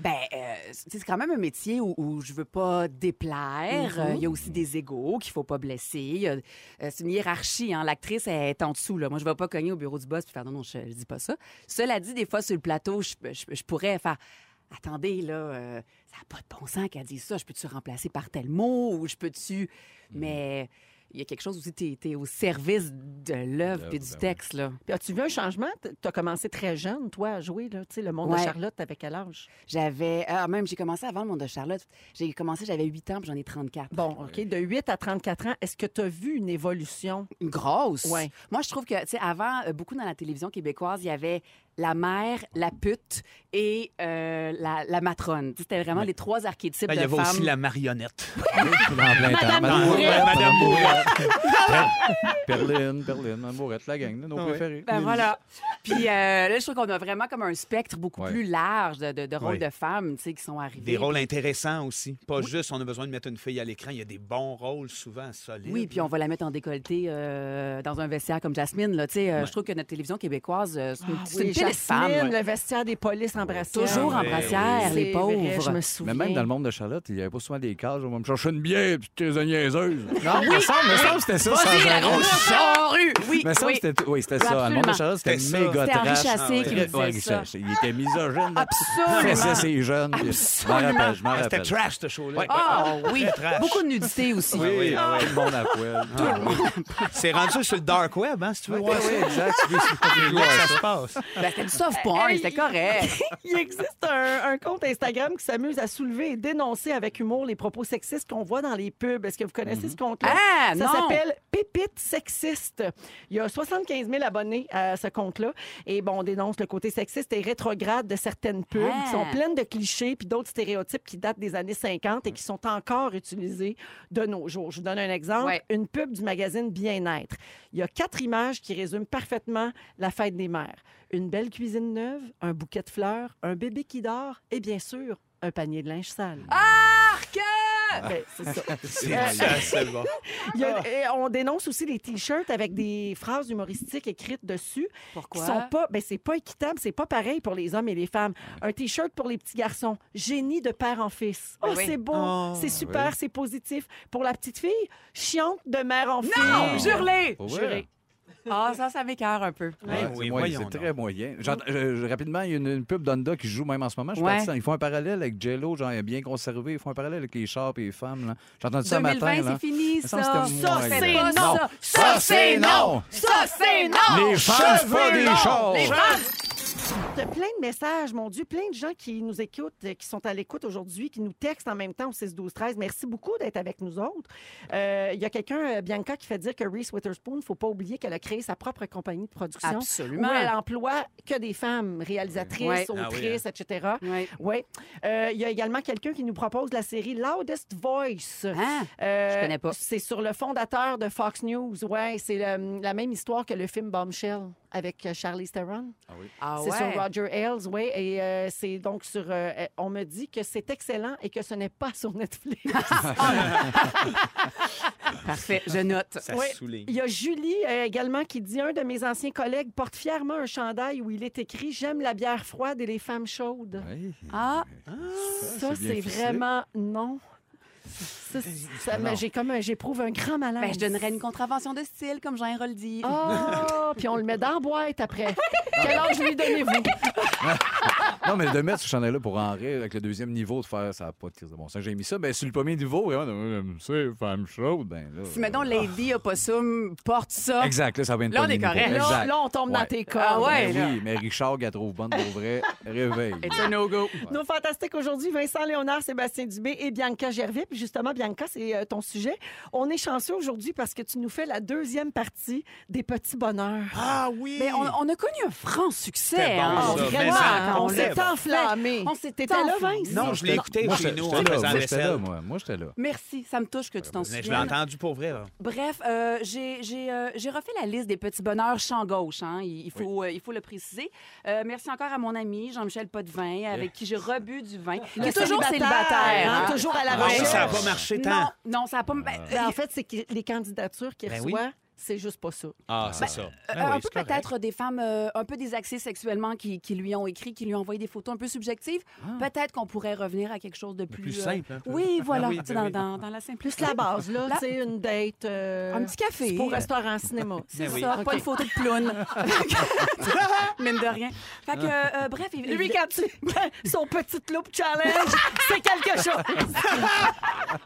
S2: Ben, euh, c'est c'est quand même un métier où, où je veux pas
S4: Mhm.
S2: déplaire. Euh, Il y a aussi des égaux qu'il faut pas blesser. Il y a- euh, c'est une hiérarchie. Hein. L'actrice elle est en dessous. Là. Moi, je vais pas cogner au bureau du boss puis faire non, non, je, je dis pas ça. Cela dit, des fois sur le plateau, je, je- je pourrais faire. Attendez, là, euh, ça n'a pas de bon sens qu'elle dise ça. Je peux-tu remplacer par tel mot ou je peux-tu.
S4: Mhm.
S2: Mais il y a quelque chose aussi, tu es, au service de l'œuvre
S4: L'œuvre,
S2: et du
S4: ben oui.
S2: texte, là.
S1: Puis as-tu vu un changement? Tu as commencé très jeune, toi, à jouer, là, tu sais, le monde de
S2: Ouais.
S1: Charlotte, avec quel âge?
S2: J'avais. Ah, même, j'ai commencé avant le monde de Charlotte. J'ai commencé, j'avais 8 ans puis j'en ai 34.
S1: Bon, OK, de 8 à 34 ans, est-ce que tu as vu une évolution?
S2: Une grosse.
S1: Ouais.
S2: Moi, je trouve que, tu sais, avant, euh, beaucoup dans la télévision québécoise, il y avait la mère, la pute et euh, la, la matrone. Tu sais, C'était vraiment les trois archétypes
S3: Ben, Il y
S2: de
S3: avait
S2: femmes.
S3: aussi la marionnette.
S4: En plein temps.
S1: Madame Mourette.
S4: Madame Mourette. Perline, Perline, Madame Mourette, la gang, là, nos
S3: Ah ouais.
S4: préférés.
S2: Ben voilà. Puis euh, là, je trouve qu'on a vraiment comme un spectre beaucoup
S4: Ouais.
S2: plus large de, de- de rôles
S3: Ouais.
S2: de femmes, tu sais, qui sont arrivés.
S3: Des rôles intéressants aussi. Pas juste on a besoin de mettre une fille à l'écran. Il y a des bons rôles souvent solides.
S2: Oui, puis on va la mettre en décolleté euh, dans un vestiaire comme Jasmine. Là, tu sais, euh,
S3: Ouais.
S2: Je trouve que notre télévision québécoise, euh, c'est une, c'est une
S1: Ah Oui,
S2: belle femme.
S1: Jasmine, le vestiaire des polices en brassière.
S2: Toujours en
S3: Ouais,
S2: brassière,
S1: C'est
S2: les
S1: vrai, je
S2: pauvres.
S1: me souviens.
S4: Eh Mais même dans le monde de Charlotte, il n'y avait pas souvent des cases. On va me chercher une bière, puis t'es une niaiseuse. Non, me semble, me semble que c'était ça, sans
S2: Vas-y, la
S4: arrose.
S2: grosse charrue! Oui,
S4: Me semble
S2: oui.
S4: que c'était oui, c'était ça. Le monde de
S2: Absolument.
S4: Charlotte, c'était
S3: C'était ça.
S4: méga
S2: C'était Henri
S4: trash.
S2: Chassé
S3: Ah ouais.
S2: qui
S4: Ouais,
S2: nous disait
S4: il-
S2: ça.
S4: Il était misogyne. là,
S2: Absolument.
S4: puis il Fessait ses jeunes. puis- Je m'en rappelle, je m'en
S3: Ah, C'était
S4: rappelle.
S3: trash, ce show-là. Ouais.
S2: Ah oui,
S3: Très trash.
S2: beaucoup de nudité aussi.
S4: Oui, oui,
S3: Ah
S4: tout le monde à poil. Ah, oui.
S3: C'est rendu sur le dark web, hein, si tu veux *laughs*
S4: Oui,
S3: voir
S4: *laughs*
S3: ça.
S4: exact. Tu veux-
S3: C'est là que ça se passe.
S2: Ben, c'était du soft porn,
S1: Hey.
S2: c'était correct.
S1: *laughs* Il existe un, un compte Instagram qui s'amuse à soulever et dénoncer avec humour les propos sexistes qu'on voit dans les pubs. Est-ce que vous connaissez ce compte-là?
S2: Ah,
S1: Ça
S2: non.
S1: s'appelle Pépite sexiste. Il y a 75 000 abonnés à ce compte-là. Et bon, on dénonce le côté sexiste et rétrograde de certaines pubs
S2: Ah.
S1: qui sont pleines de clichés puis d'autres stéréotypes qui datent des années 50 et qui sont encore utilisés de nos jours. Je vous donne un exemple.
S2: Ouais.
S1: Une pub du magazine Bien-être. Il y a quatre images qui résument parfaitement la fête des mères. Une belle cuisine neuve, un bouquet de fleurs, un bébé qui dort et bien sûr, un panier de linge sale.
S2: Arc!
S1: Ben, c'est ça.
S3: C'est ça, c'est bon.
S1: Il y a- et on dénonce aussi les t-shirts avec des phrases humoristiques écrites dessus qui
S2: Pourquoi?
S1: sont pas ben c'est pas équitable, c'est pas pareil pour les hommes et les femmes.
S2: Ah.
S1: Un t-shirt pour les petits garçons, génie de père en fils. Oh,
S2: Oui. Ah
S1: c'est beau,
S3: Oh,
S1: c'est super, c'est positif. Pour la petite fille, chiante de mère en fille.
S2: Non, jurlé!
S4: Pour vrai. hein?
S1: Juré.
S2: *laughs* Ah, ça, ça m'écœure un peu.
S3: Ouais,
S4: Ouais,
S3: oui,
S4: c'est moyen,
S3: voyons
S4: c'est
S3: donc.
S4: très moyen. J'ent- euh, je- je- rapidement, il y a une, une pub d'Honda qui se joue même en ce moment. Je suis
S2: Ouais.
S4: parti dans- Ils font un parallèle avec Jello, genre bien conservé. Ils font un parallèle avec les chars et les femmes. là. J'ai entendu ça
S2: 2020,
S4: matin.
S2: c'est
S4: là.
S2: fini, ça.
S4: Ça, c'était
S2: Ça,
S4: moins,
S2: c'est
S4: là.
S2: pas
S4: Non.
S2: ça.
S4: Ça, c'est non.
S2: Ça, c'est non!
S4: Les femmes, c'est pas
S2: Cheveux
S4: des
S2: longs.
S4: chars.
S2: Les femmes,
S1: plein de messages, mon Dieu, plein de gens qui nous écoutent, euh, qui sont à l'écoute aujourd'hui, qui nous textent en même temps au 6-12-13. Merci beaucoup d'être avec nous autres. Euh, Il y a quelqu'un, euh, Bianca, qui fait dire que Reese Witherspoon, faut pas oublier qu'elle a créé sa propre compagnie de production.
S2: Absolument.
S1: Où elle emploie que des femmes, réalisatrices,
S2: Ouais. hein.
S3: Ah oui,
S1: autrices, etc.
S2: Ouais.
S1: Oui. Euh, Il y a également quelqu'un qui nous propose la série Loudest Voice.
S2: Hein?
S1: Euh,
S2: Je connais pas.
S1: C'est sur le fondateur de Fox News. Ouais, c'est le- la même histoire que le film Bombshell avec euh, Charlize Theron.
S2: Ah
S1: c'est
S2: ouais.
S1: sur Roger Ailes, oui. Et euh, c'est donc sur. euh, euh, on me dit que c'est excellent et que ce n'est pas *laughs* sur Netflix.
S2: Ah. Parfait, je note.
S3: Ça
S1: Oui.
S3: se souligne.
S1: Il y a Julie euh, également qui dit un de mes anciens collègues porte fièrement un chandail où il est écrit J'aime la bière froide et les femmes chaudes. *laughs*
S4: Oui.
S2: Ah,
S1: Ça,
S4: c'est bien
S1: c'est
S4: ficelé.
S1: vraiment non. Ça, ça me-
S4: Non.
S1: j'ai comme un- j'éprouve un grand malaise.
S2: ben, je donnerais une contravention de style, comme Jean-Hérol dit.
S1: Ah, puis on le met dans la
S2: *laughs*
S1: boîte après. Quel âge lui donnez-vous?
S4: Non, mais de mettre ce chandail-là pour en rire avec le deuxième niveau, de faire ça n'a pas de crise de bon sens. J'ai mis ça, mais sur le premier niveau, vraiment, euh, c'est femme chaude. Ben, là,
S2: Si, mettons, Lady Opossum porte ça.
S4: Exact, là, ça va être
S2: Là, on est correct.
S1: Là, là, on tombe dans tes cordes.
S2: Ah ouais,
S4: Ben
S2: là.
S4: oui, mais Richard, qu'elle trouve bonne pour *laughs* vrai, réveille.
S2: It's a no-go.
S1: Nos fantastiques aujourd'hui, Vincent Léonard, Sébastien Dubé et Bianca Gervais. Puis justement, Bianca, c'est euh, ton sujet. On est chanceux aujourd'hui parce que tu nous fais la deuxième partie des petits bonheurs.
S3: Ah oui!
S2: Mais Ben, on, on a connu un franc succès.
S3: C'était bon,
S2: hein.
S3: ça.
S1: Ah,
S3: mais
S1: vraiment,
S3: ça,
S1: on
S3: on
S1: s'est
S3: lève.
S1: enflammé.
S2: On s'est
S1: T'étais là,
S2: enflammé.
S1: Vince?
S3: Non, je l'ai écouté
S4: Moi,
S3: chez
S4: j'étais-
S3: nous en
S4: j'étais là,
S3: faisant
S4: moi,
S3: la
S4: j'étais là,
S3: vaisselle.
S4: moi. Moi, j'étais là.
S2: Merci, ça me touche que tu t'en
S3: Mais
S2: souviennes.
S3: je l'ai entendu pour vrai. là.
S2: Bref, euh, j'ai j'ai, euh, j'ai refait la liste des petits bonheurs champ gauche. hein. Il, il faut, euh, il faut le préciser. Euh, merci encore à mon ami Jean-Michel Potvin, avec qui j'ai rebu du vin. Qui est toujours célibataire.
S1: hein,
S2: hein.
S1: toujours à la
S3: Ah,
S1: recherche.
S3: ça n'a pas marché
S2: Non,
S3: tant.
S2: non, ça n'a pas. ben,
S3: Ah.
S1: Ben, en fait, c'est que les candidatures qu'il
S3: Ben oui.
S1: reçoit, c'est juste pas ça.
S3: Ah, c'est ça.
S2: Euh, un peu peut-être des femmes euh, un peu désaxées sexuellement qui, qui lui ont écrit, qui lui ont envoyé des photos un peu subjectives. Peut-être qu'on pourrait revenir à quelque chose de plus...
S3: Ah. plus
S2: euh,
S3: simple, un peu.
S2: Oui, voilà,
S3: Ah oui,
S2: tu sais,
S3: ben
S2: dans,
S3: oui.
S2: dans- dans la simple.
S1: Plus la base, là,
S2: La-
S1: tu sais, une date. euh,
S2: Un petit café.
S1: c'est Pour restaurant, cinéma. Ah,
S2: C'est
S3: Ben oui.
S2: ça,
S1: Eh OK.
S2: pas une photo de ploune. Mine de rien. Fait que, euh, euh, bref... il-
S1: Lui, quand *laughs* tu... son petit loop challenge, c'est quelque chose.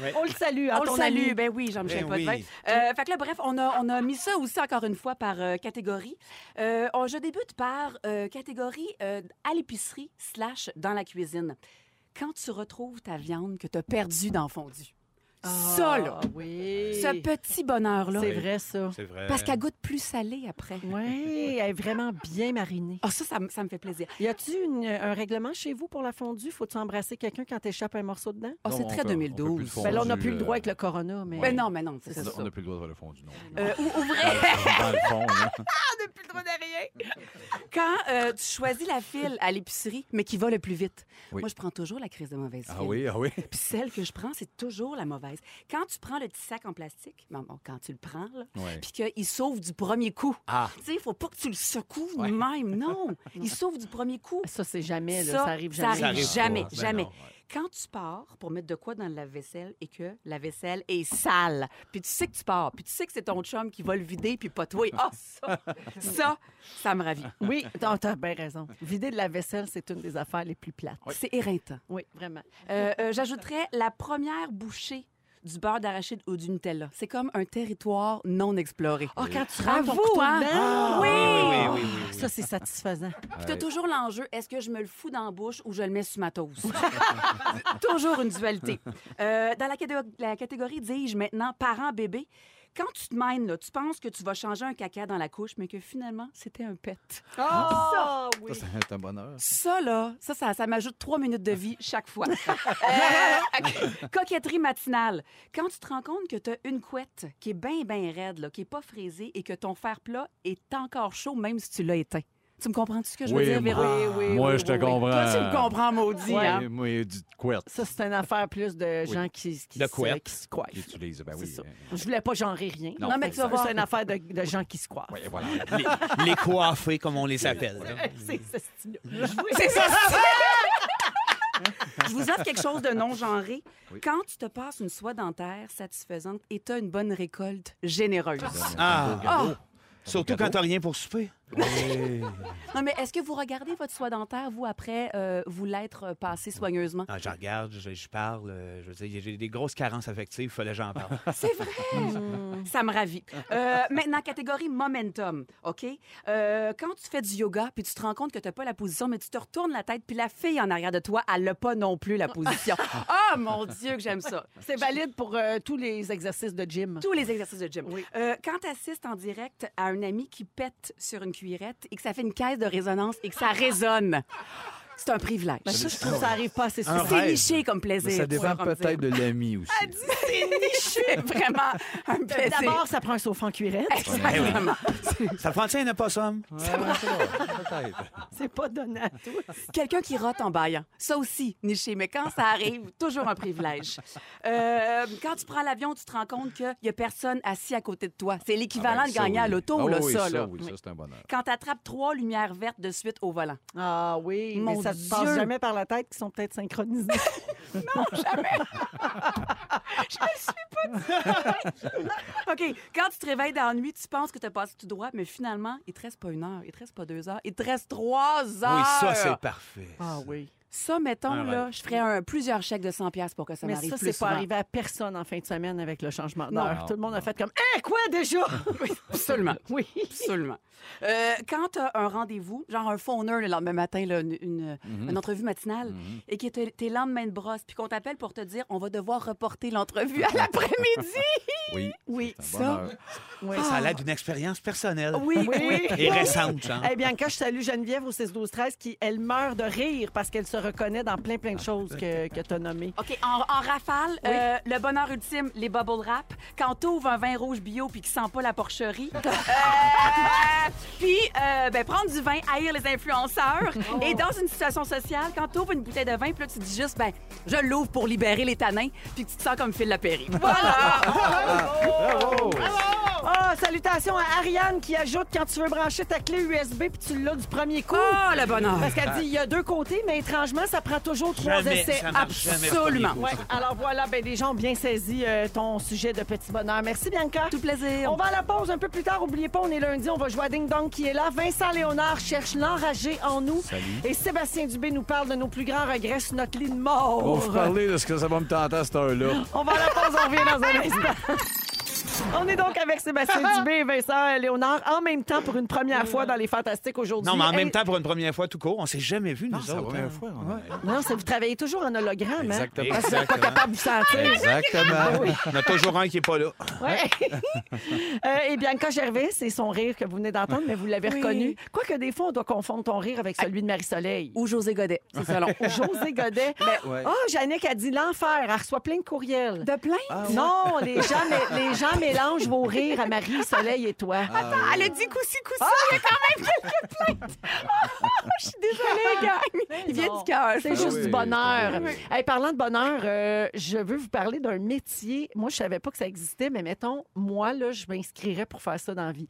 S3: Ouais.
S1: On le salue, à
S2: on
S1: ton
S2: le salue.
S1: ami.
S2: Ben oui, Jean-Michel
S3: Ben
S2: Potvin.
S3: oui.
S2: Euh, fait que là, bref, on a, on a mis ça aussi, encore une fois, par euh, catégorie. Euh, on- je débute par euh, catégorie euh, à l'épicerie slash dans la cuisine. Quand tu retrouves ta viande que tu as perdue dans le fondu. Ça, là,
S1: Ah oui.
S2: ce petit bonheur-là.
S1: C'est vrai, ça.
S3: C'est vrai.
S2: Parce qu'elle goûte plus salée après.
S1: Oui, elle est vraiment bien marinée.
S2: Ah, ça, ça, me- ça me fait plaisir.
S1: Y a-tu une- un règlement chez vous pour la fondue? Faut-tu embrasser quelqu'un quand t'échappes un morceau dedans?
S2: Ah,
S4: Non,
S2: c'est
S4: on
S2: très
S4: peut- on peut plus le
S2: 2012.
S4: faire.
S1: Ben là, on n'a
S4: Fondue,
S1: plus le droit
S4: euh,
S1: avec le corona, mais.
S2: Ben non, mais non, c'est ça.
S4: On n'a plus le droit de faire le fond du nom.
S2: Euh, ou- ouvrez.
S4: Dans le fond, là.
S2: Quand euh, tu choisis la file à l'épicerie, mais qui va le plus vite.
S4: Oui.
S2: Moi, je prends toujours la crise de mauvaise
S4: Ah
S2: file.
S4: oui, ah oui.
S2: *laughs* Puis celle que je prends, c'est toujours la mauvaise. Quand tu prends le petit sac en plastique, bon, bon, quand tu le prends, là,
S4: Ouais.
S2: puis qu'il sauve du premier coup.
S4: Ah.
S2: Tu sais, il faut pas que tu le secoues de
S4: *laughs*
S2: même, non. Il sauve du premier coup.
S1: Ça, c'est jamais, là, ça, arrive jamais.
S2: Ça arrive jamais,
S3: pas. Ben
S2: jamais.
S3: non, ouais.
S2: Quand tu pars pour mettre de quoi dans la vaisselle et que la vaisselle est sale, puis tu sais que tu pars, puis tu sais que c'est ton chum qui va le vider, puis pas toi. Ah,
S4: *laughs*
S2: ça, ça, ça me ravit.
S1: Oui, t'as t'as bien raison. Vider de la vaisselle, c'est une des affaires les plus plates.
S2: C'est éreintant.
S1: Oui, vraiment.
S2: Euh, euh, J'ajouterais la première bouchée du beurre d'arachide ou du Nutella. C'est comme un territoire non exploré.
S1: Ah, quand tu
S2: À
S1: rentres ton
S2: vous,
S1: couteau
S2: hein?
S1: dedans.
S2: Oui!
S3: Oui, oui, oui, oui, oui.
S1: Ça, c'est satisfaisant.
S2: Puis t'as toujours l'enjeu, est-ce que je me le fous dans la bouche ou je le mets sur ma *laughs* toast? toujours une dualité. Euh, dans la, catég- la catégorie, dis-je maintenant, parents-bébés, quand tu te mènes, là, tu penses que tu vas changer un caca dans la couche, mais que finalement, c'était un pet.
S1: Ah, oui.
S4: Ça, c'est un bonheur.
S2: Ça, là, ça, ça, ça m'ajoute trois minutes de vie chaque
S4: *laughs*
S2: fois. Euh, ok. Coquetterie matinale. Quand tu te rends compte que tu as une couette qui est bien, bien raide, là, qui est pas fraisée et que ton fer plat est encore chaud, même si tu l'as éteint. Tu me comprends ce que je veux
S4: Oui,
S2: dire,
S4: moi-
S2: Véro?
S1: Ah, Oui, oui,
S4: Moi,
S1: oui,
S4: je te
S1: oui, oui.
S4: comprends.
S2: Toi, tu me comprends, maudit,
S4: Ouais,
S2: hein?
S4: Moi, il y a du couette
S1: Ça, c'est une affaire plus de gens qui, qui,
S3: De
S1: se-
S3: couette.
S1: qui se coiffent.
S4: qui utilise. Ben oui.
S1: C'est ça.
S4: hein.
S1: Je voulais pas genrer rien.
S4: Non,
S2: Non, mais tu vas voir.
S1: C'est une affaire de, de gens qui se coiffent.
S4: Ouais, voilà.
S3: Les, les coiffés, comme on les appelle. là.
S1: *laughs* C'est ce style-là. *laughs*
S2: C'est ça!
S4: *laughs*
S2: Je vous offre quelque chose de non-genré. Quand tu te passes une soie dentaire satisfaisante et tu as une bonne récolte généreuse.
S3: Ah,
S2: Ah!
S3: surtout quand t'as rien pour souper.
S2: Non, mais est-ce que vous regardez votre soie dentaire, vous, après euh, vous l'être passé soigneusement?
S3: Ah,
S1: *laughs*
S3: je regarde, je, je parle. euh, Je veux dire, j'ai des grosses carences affectives, fallait que j'en parle.
S2: C'est vrai! Ça me ravit. Euh, maintenant, catégorie momentum, OK? Euh, quand tu fais du yoga, puis tu te rends compte que tu n'as pas la position, mais tu te retournes la tête, puis la fille en arrière de toi, elle n'a pas non
S1: *laughs*
S2: plus la position. oh mon Dieu, que j'aime ça!
S1: C'est valide pour euh, tous les exercices de gym.
S2: Tous les exercices de gym. Euh, quand tu assistes en direct à un ami qui pète sur une cuillerette et que ça fait une caisse de résonance et que ça résonne, c'est Ah, un privilège.
S1: Mais Ben, ça, je trouve que ça arrive pas assez souvent.
S3: Un
S2: C'est
S3: rêve.
S2: niché comme plaisir.
S4: Mais ça
S2: pour
S4: dépend
S2: leur dire.
S4: peut-être de l'ami aussi.
S2: Elle dit c'est niché, vraiment un plaisir.
S1: D'abord, ça prend un sofa en cuirette.
S2: Exactement.
S3: Ça prend-tu un opossum?
S4: Peut-être.
S1: C'est pas donné à tous.
S2: Quelqu'un qui rote en baillant. Ça aussi, niché. Mais quand ça arrive, toujours un privilège. Euh, quand tu prends l'avion, tu te rends compte qu'il n'y a personne assis à côté de toi. C'est l'équivalent
S4: Ah ben,
S2: de
S4: ça,
S2: gagner à
S4: oui.
S2: l'auto,
S4: Ah
S2: là,
S4: oui,
S2: ça.
S4: ça,
S2: là.
S4: oui, ça, c'est un bonheur.
S2: Quand tu attrapes trois lumières vertes de suite au volant.
S1: Ah oui,
S2: Mon
S1: mais ça te
S2: Dieu.
S1: passe jamais par la tête qu'ils sont peut-être synchronisés.
S2: OK. Quand tu te réveilles dans la nuit, tu penses que tu as passé tout droit, mais finalement, il te reste pas une heure, il te reste pas deux heures, il te reste trois heures.
S3: Oui, ça, c'est parfait.
S1: Ah oui.
S2: Ça, mettons,
S3: Un
S2: là, je ferais un- plusieurs chèques de 100 pièces pour que ça
S1: mais
S2: m'arrive
S1: ça,
S2: plus
S1: c'est pas
S2: souvent.
S1: arrivé à personne en fin de semaine avec le changement
S2: Non.
S1: d'heure.
S4: Non,
S1: Tout le monde a
S4: non.
S1: fait comme Hein, quoi
S2: *laughs*
S1: déjà?
S2: Absolument.
S1: *laughs* oui.
S2: Absolument. Euh, quand tu un rendez-vous, genre un phoneur le lendemain matin, là, une, une-
S1: Mhm.
S2: une entrevue matinale, et que t'es- t'es lendemain de brosse, puis qu'on t'appelle pour te dire on va devoir reporter l'entrevue à l'après-midi.
S4: Oui.
S1: Oui.
S4: c'est un bonheur.
S1: Oui.
S3: Ça a l'air d'une expérience personnelle.
S1: *laughs* Oui, oui.
S3: Et récente, hein. genre.
S1: Eh bien, quand je salue Geneviève au 6-12-13, qui, elle meurt de rire parce qu'elle se reconnaît dans plein, plein de choses que, que tu as nommées.
S2: OK, en, en rafale, euh, le bonheur ultime, les bubble wrap. Quand t'ouvres un vin rouge bio puis qu'il sent pas la *laughs* porcherie. Euh, puis, euh, ben, prendre du vin, haïr les *laughs* influenceurs. Et dans une situation sociale, quand t'ouvres une bouteille de vin, puis là, tu dis juste, ben, je l'ouvre pour libérer les tanins, puis que tu te sens comme Phil Lapéry. *laughs*
S1: Ah, salutations à Ariane qui ajoute quand tu veux brancher ta clé USB puis tu l'as du premier coup.
S2: Oh, le bonheur!
S1: Parce qu'elle dit il y a deux côtés, mais étrangement, ça prend toujours trois
S3: Jamais,
S1: essais.
S3: ça marche jamais le
S2: absolument.
S3: premier coup.
S1: Ouais, alors voilà, ben, les gens ont bien saisi euh, ton sujet de petit bonheur. Merci, Bianca.
S2: Tout plaisir.
S1: On va à la pause un peu plus tard. Oubliez pas, on est lundi, on va jouer à Ding Dong qui est là. Vincent Léonard cherche l'enragé en nous. Et Sébastien Dubé nous parle de nos plus grands regrets sur notre lit de mort.
S3: Oh,
S4: On va vous parler de ce que ça va me tenter à cette heure-là.
S1: On va à la pause, on revient dans un instant. On est donc avec
S3: *laughs*
S1: Sébastien Dubé et Vincent Léonard en même temps pour une première fois dans les Fantastiques aujourd'hui.
S3: Non, mais en
S1: Hey,
S3: même temps, pour une première fois tout court, on s'est jamais vu, nous
S4: C'est la
S3: autres. hein.
S4: première fois. on en a-
S1: Non, c'est vous travaillez toujours en hologramme, hein?
S4: Exactement.
S1: Parce que vous n'êtes pas
S3: Exactement.
S1: capable de vous sentir.
S4: Exactement.
S3: Il y en a toujours un qui n'est pas là.
S1: Ouais.
S3: *laughs*
S1: Euh, et Bianca Gervais, c'est son rire que vous venez d'entendre, mais vous l'avez
S2: Oui.
S1: reconnu. Quoique des fois, on doit confondre ton rire
S3: Ah.
S1: avec celui de Marie-Soleil.
S2: Ou José Godet, c'est selon.
S1: José Godet. Ah,
S4: Ouais.
S1: Jannick a dit l'enfer. Elle reçoit plein de courriels.
S2: De plein?
S1: Non, les gens, mé- les gens mélangent vos rires à Marie-Soleil et toi. Ah,
S2: Attends, elle a dit coussi coussi, il y a quand même quelques plaintes. Oh, je suis désolée,
S1: *laughs*
S2: gang. Il vient
S1: Non.
S2: du cœur.
S1: C'est juste
S4: oui,
S1: du
S4: c'est
S1: bonheur.
S4: vrai.
S1: Hey, parlant de bonheur, euh, je veux vous parler d'un métier. Moi, je savais pas que ça existait, mais mettons, moi, là, je m'inscrirais pour faire ça dans la vie.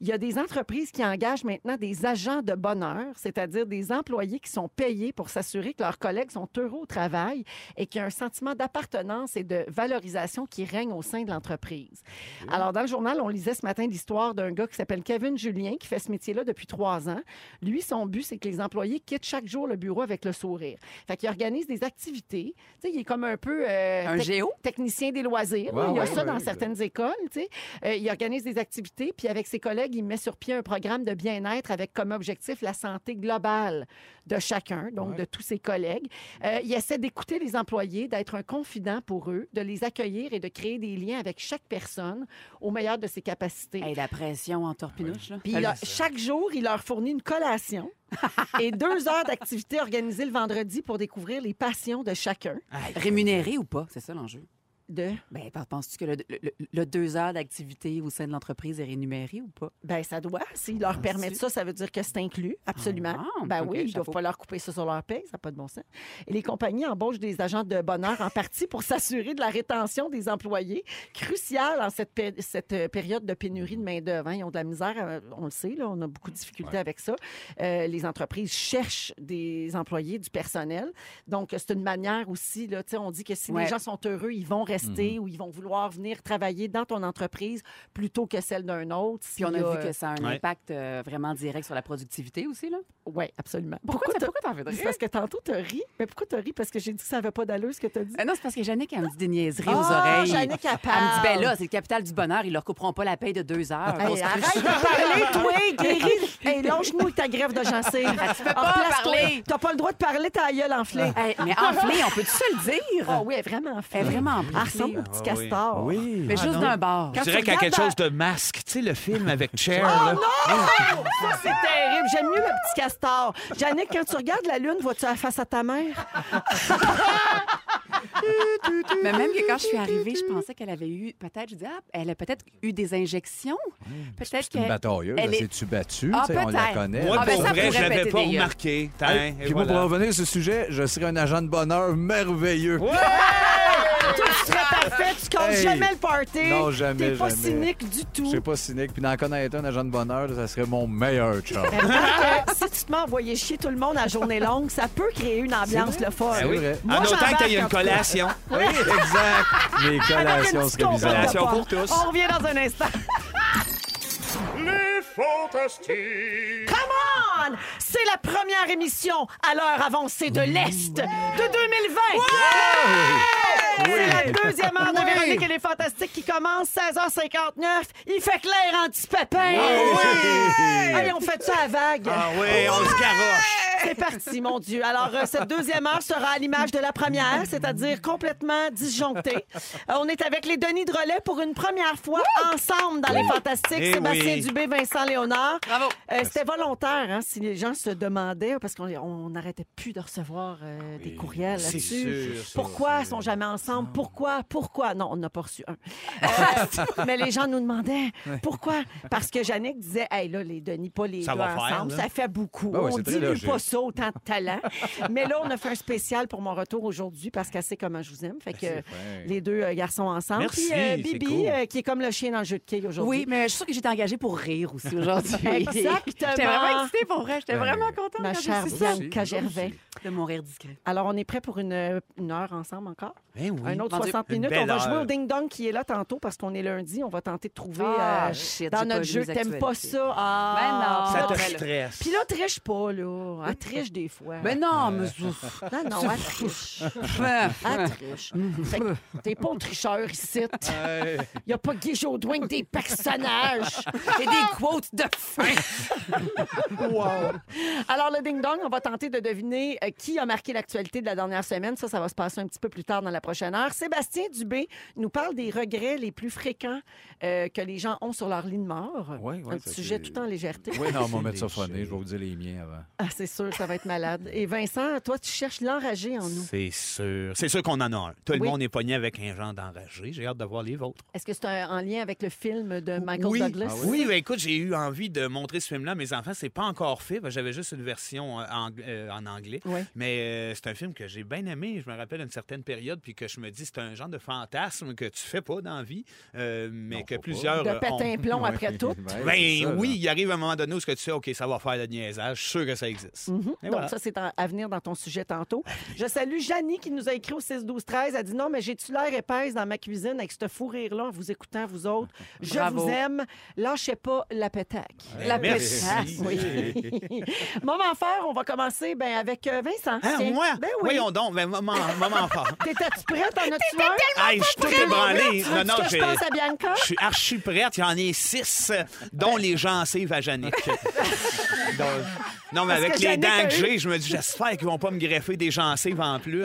S1: Il y a des entreprises qui engagent maintenant des agents de bonheur, c'est-à-dire des employés qui sont payés pour s'assurer que leurs collègues sont heureux au travail et qu'il y a un sentiment d'appartenance et de valorisation qui règne au sein de l'entreprise. Alors, dans le journal, on lisait ce matin l'histoire d'un gars qui s'appelle Kevin Julien, qui fait ce métier-là depuis trois ans. Lui, son but, c'est que les employés quittent chaque jour le bureau avec le sourire. Fait qu'il organise des activités. Tu sais, il est comme un peu... euh,
S2: Un
S1: tec-
S2: géo?
S1: technicien des loisirs.
S4: Ouais,
S1: là. il y a
S4: ouais,
S1: ça
S4: ouais,
S1: dans
S4: ouais.
S1: certaines écoles. tu sais. Euh, il organise des activités, puis avec ses collègues, il met sur pied un programme de bien-être avec comme objectif la santé globale de chacun, donc
S4: Ouais.
S1: de tous ses collègues. Euh, il essaie d'écouter les employés, d'être un confident pour eux, de les accueillir et de créer des liens avec chaque personne au meilleur de ses capacités.
S2: Hey, la pression en torpinouche, là.
S1: Puis il leur- chaque jour, il leur fournit une collation et deux heures d'activités organisées le vendredi pour découvrir les passions de chacun.
S2: Rémunéré ou pas, c'est ça l'enjeu.
S1: De
S2: Ben, pe- penses-tu que le, le- le- le deux heures d'activité au sein de l'entreprise est rémunéré ou pas?
S1: Ben ça doit. S'ils leur permettent ça, ça veut dire que c'est inclus, absolument.
S2: Ah,
S1: ben
S2: ok,
S1: oui, ils doivent
S2: chapeau.
S1: pas leur couper ça sur leur paie, ça n'a pas de bon sens. Et les compagnies embauchent des agents de bonheur en partie pour s'assurer de la rétention des employés, crucial en cette, pé- cette, euh, période de pénurie de main d'œuvre. hein. Ils ont de la misère, euh, on le sait, là, on a beaucoup de difficultés avec ça. Euh, les entreprises cherchent des employés, du personnel. Donc c'est une euh, manière aussi. Là, tu sais, on dit que si
S2: Ouais. Mhm.
S1: les gens sont heureux, ils vont rester ou ils vont vouloir venir travailler dans ton entreprise plutôt que celle d'un autre.
S2: Puis on a vu que ça a un
S3: Ouais.
S2: impact euh, vraiment direct sur la productivité aussi, là.
S1: Oui, absolument.
S2: Pourquoi, t'as-
S1: t'as-
S2: pourquoi t'en veux de
S1: C'est
S2: rire?
S1: parce que tantôt, t'as ri. Mais pourquoi t'as ri? Parce que j'ai dit que ça n'avait pas d'allure, ce que t'as dit.
S2: Euh, non, c'est parce que Jannick, elle me dit des niaiseries aux
S1: Ah,
S2: oreilles.
S1: Jannick, elle
S2: Elle me dit,
S1: parle.
S2: ben là, c'est le capital du bonheur, ils leur couperont pas la paye de deux heures.
S1: Hey,
S2: Grosse
S1: arrête
S2: cruche.
S1: de parler, toi, guéris. Hey, longe-nous avec ta grève de gencive. Tu peux
S2: Ah, pas parler.
S1: T'as pas le droit de parler, ta gueule enflée.
S2: Hey, mais enflée, on peut-tu se le dire?
S1: Ah oui, elle est vraiment enflée.
S2: Elle est vraiment enflée.
S1: Elle ressemble au petit
S3: Ah oui.
S1: castor.
S4: Oui.
S2: Mais juste
S3: non.
S2: d'un bord.
S1: Quand
S3: Je dirais
S1: tu
S3: qu'il y a quelque
S1: regardes Oh,
S3: chose de masque. Tu sais, le film avec Cher. là.
S1: Ça, c'est terrible. J'aime mieux le petit castor. Jannick, quand tu regardes la lune, vois-tu la face à ta mère?
S2: Mais même que quand je suis arrivée, je pensais qu'elle avait eu, peut-être, je dis, ah, elle a peut-être eu des injections. Peut-être
S4: C'est une
S2: que.
S4: batailleuse.
S2: Elle
S4: Elle
S2: est-
S4: s'est-tu battue?
S2: Ah,
S4: Tu sais, on la
S2: peut-être.
S4: connaît.
S3: Moi,
S2: Ah, ben,
S3: pour
S2: ça
S3: vrai, je
S2: pourrait
S3: l'avais
S2: péter
S3: pas
S2: des gueules.
S3: remarqué. Tiens,
S4: Hey,
S3: et
S4: puis moi,
S3: voilà.
S4: pour revenir sur ce sujet, je serais un agent de bonheur merveilleux.
S1: Toi, tu serais parfait. Tu comptes
S4: Hey.
S1: jamais le party.
S4: Non, jamais,
S1: T'es pas
S4: jamais.
S1: cynique du
S4: Je
S1: tout.
S4: sais pas cynique. Puis d'en connaître un agent de bonheur, là, ça serait mon meilleur chum.
S1: Remarque, euh, si tu te mets à envoyer chier tout le monde à journée longue, ça peut créer une ambiance le fun.
S4: C'est
S3: Ah oui.
S4: vrai. Ben
S1: Moi,
S3: En autant
S1: j'embarque
S3: que tu
S1: en
S3: une
S1: tout cas.
S3: collation.
S4: Oui, *laughs* exact. Les
S1: Avec une
S4: collations
S1: petite
S4: seraient bizarres.
S1: compote de
S3: Collation pour
S1: pomme.
S3: tous.
S1: On revient dans un instant.
S6: Les fantastiques.
S1: Come on! C'est la première émission à l'heure avancée de l'Est de 2020. C'est la deuxième heure de Véronique et les Fantastiques qui commence 16h59. Il fait clair anti-pépin. Allez, on fait ça à vague.
S3: Ah oui, on se garoche.
S1: C'est parti, mon Dieu. Alors, euh, cette deuxième heure sera à l'image de la première, c'est-à-dire complètement disjonctée. Euh, on est avec les Denis Drolet pour une première fois ensemble dans les Fantastiques.
S3: Eh
S1: Sébastien
S3: oui.
S1: Dubé, Vincent Léonard.
S2: Bravo.
S1: Euh, C'était volontaire, hein, si les gens se demandaient, parce qu'on on n'arrêtait plus de recevoir euh, des courriels
S3: c'est
S1: là-dessus.
S3: sûr, ça,
S1: Pourquoi ils sont jamais ensemble? Pourquoi? Pourquoi? Non, on n'a pas reçu un.
S3: *laughs*
S1: Euh, *laughs* mais les gens nous demandaient pourquoi? Parce que Yannick disait, hey, là, les Denis, pas les
S3: Ça
S1: deux
S3: va faire,
S1: ensemble,
S3: là.
S1: ça fait beaucoup.
S4: Ben oui,
S1: on
S4: c'est très
S1: dilue
S4: logique.
S1: pas ça autant de talent. mais là, on a fait un spécial pour mon retour aujourd'hui parce qu'elle sait comment je vous aime. Fait que euh,
S4: fin.
S1: les deux euh, garçons ensemble.
S3: Ben, Merci,
S1: Puis euh,
S3: c'est
S1: Bibi,
S3: cool.
S1: euh, qui est comme le chien dans le jeu de quilles aujourd'hui.
S2: Oui, mais je suis sûre que j'étais engagée pour rire aussi aujourd'hui. *laughs*
S1: Exactement.
S2: J'étais vraiment excitée pour vrai. J'étais vraiment contente.
S1: Ma
S2: quand j'ai
S1: chère
S2: su ça.
S1: Bianca
S4: Aussi,
S1: Gervais.
S4: aussi.
S2: De mon rire discret.
S1: Alors, on est prêt pour une, une heure ensemble encore?
S3: Ben oui.
S1: Un autre
S2: Mon Dieu,
S1: 60
S3: une
S1: minutes.
S3: belle
S1: On va
S3: heure.
S1: jouer au ding-dong qui est là tantôt parce qu'on est lundi. On va tenter de trouver
S2: Ah,
S1: euh,
S2: shit,
S1: dans
S2: j'ai pas
S1: notre
S2: lu
S1: jeu.
S2: les
S1: T'aimes pas
S2: actualités.
S1: ça? Ah,
S2: Ben
S3: Ça
S2: non.
S3: te
S2: Ah, là.
S3: stresse.
S1: Puis là, triche pas, *laughs* là. Elle triche des fois.
S2: Mais Ben non, *laughs* mais
S1: Ben non, non, elle *laughs* triche. Elle triche. Fait que T'es pas un tricheur *laughs* ici. Il a pas Guy Jodoin que des personnages.
S2: J'ai des quotes de fin.
S1: Alors, le ding-dong, on va tenter de deviner euh, qui a marqué l'actualité de la dernière semaine. Ça, ça va se passer un petit peu plus tard dans la prochaine heure. Sébastien Dubé nous parle des regrets les plus fréquents euh, que les gens ont sur leur lit de mort.
S4: Ouais, ouais,
S1: un
S4: ça,
S1: petit sujet
S4: c'est-
S1: tout en légèreté.
S4: Oui, non, on va mettre ça phoné. Je vais vous dire les miens avant.
S1: *laughs* Ah, c'est sûr, ça va être malade. Et Vincent, toi, tu cherches l'enragé en nous.
S3: C'est sûr. C'est sûr qu'on en a un. Tout le
S1: Oui.
S3: monde est pogné avec un genre d'enragé. J'ai hâte de voir les vôtres.
S1: Est-ce que c'est un- en lien avec le film de Michael
S3: oui.
S1: Douglas?
S3: Ah oui, oui, ben écoute, j'ai eu envie de montrer ce film-là à mes enfants. C'est pas encore fait, parce que j'avais juste une version euh, ang- euh, en anglais.
S1: Oui.
S3: Mais euh, c'est un film que j'ai bien aimé. Je me rappelle une certaine période, puis que je me dis, c'est un genre de fantasme que tu fais pas dans la vie, euh, mais
S4: Non,
S3: que
S4: faut pas.
S3: plusieurs. euh,
S1: De
S3: ont.
S1: patin plomb
S4: Ah Ouais. *laughs*
S1: après tout.
S4: Ouais, c'est ça,
S3: Ben
S4: là.
S3: oui, il arrive un moment donné où ce que tu sais, OK, ça va faire le niaisage. Je suis sûr que ça existe. Et
S1: Donc,
S3: voilà.
S1: ça, c'est en- à venir dans ton sujet tantôt. Je salue Janie qui nous a écrit au 6-12-13. Elle dit Non, mais j'ai-tu l'air épaisse dans ma cuisine avec ce fou rire-là en vous écoutant, vous
S3: *laughs*
S1: autres. Je
S2: Bravo.
S1: vous aime. Lâchez pas la pétaque.
S2: La
S3: Merci.
S2: pétasse.
S1: Oui.
S3: *laughs*
S1: Moment fort, on va commencer ben, avec euh, Vincent.
S3: Ah,
S1: Tiens.
S3: moi?
S1: Ben oui.
S3: Voyons donc, ben, maman,
S1: *laughs*
S3: maman fort.
S1: T'étais-tu prête? En as-tu un?
S3: Hey, je suis tout ébranlé.
S1: Tu veux-tu que je
S3: j'ai-
S1: pense à Bianca?
S3: Je suis archi prête. J'en ai six, euh, dont les gencives
S1: *laughs*
S3: à Jannick. Donc, non, mais
S1: Parce
S3: avec
S1: que
S3: les
S1: Jannick
S3: dents
S1: a
S3: que
S1: eu-
S3: j'ai, je me dis, j'espère qu'ils vont pas me greffer des gencives en plus.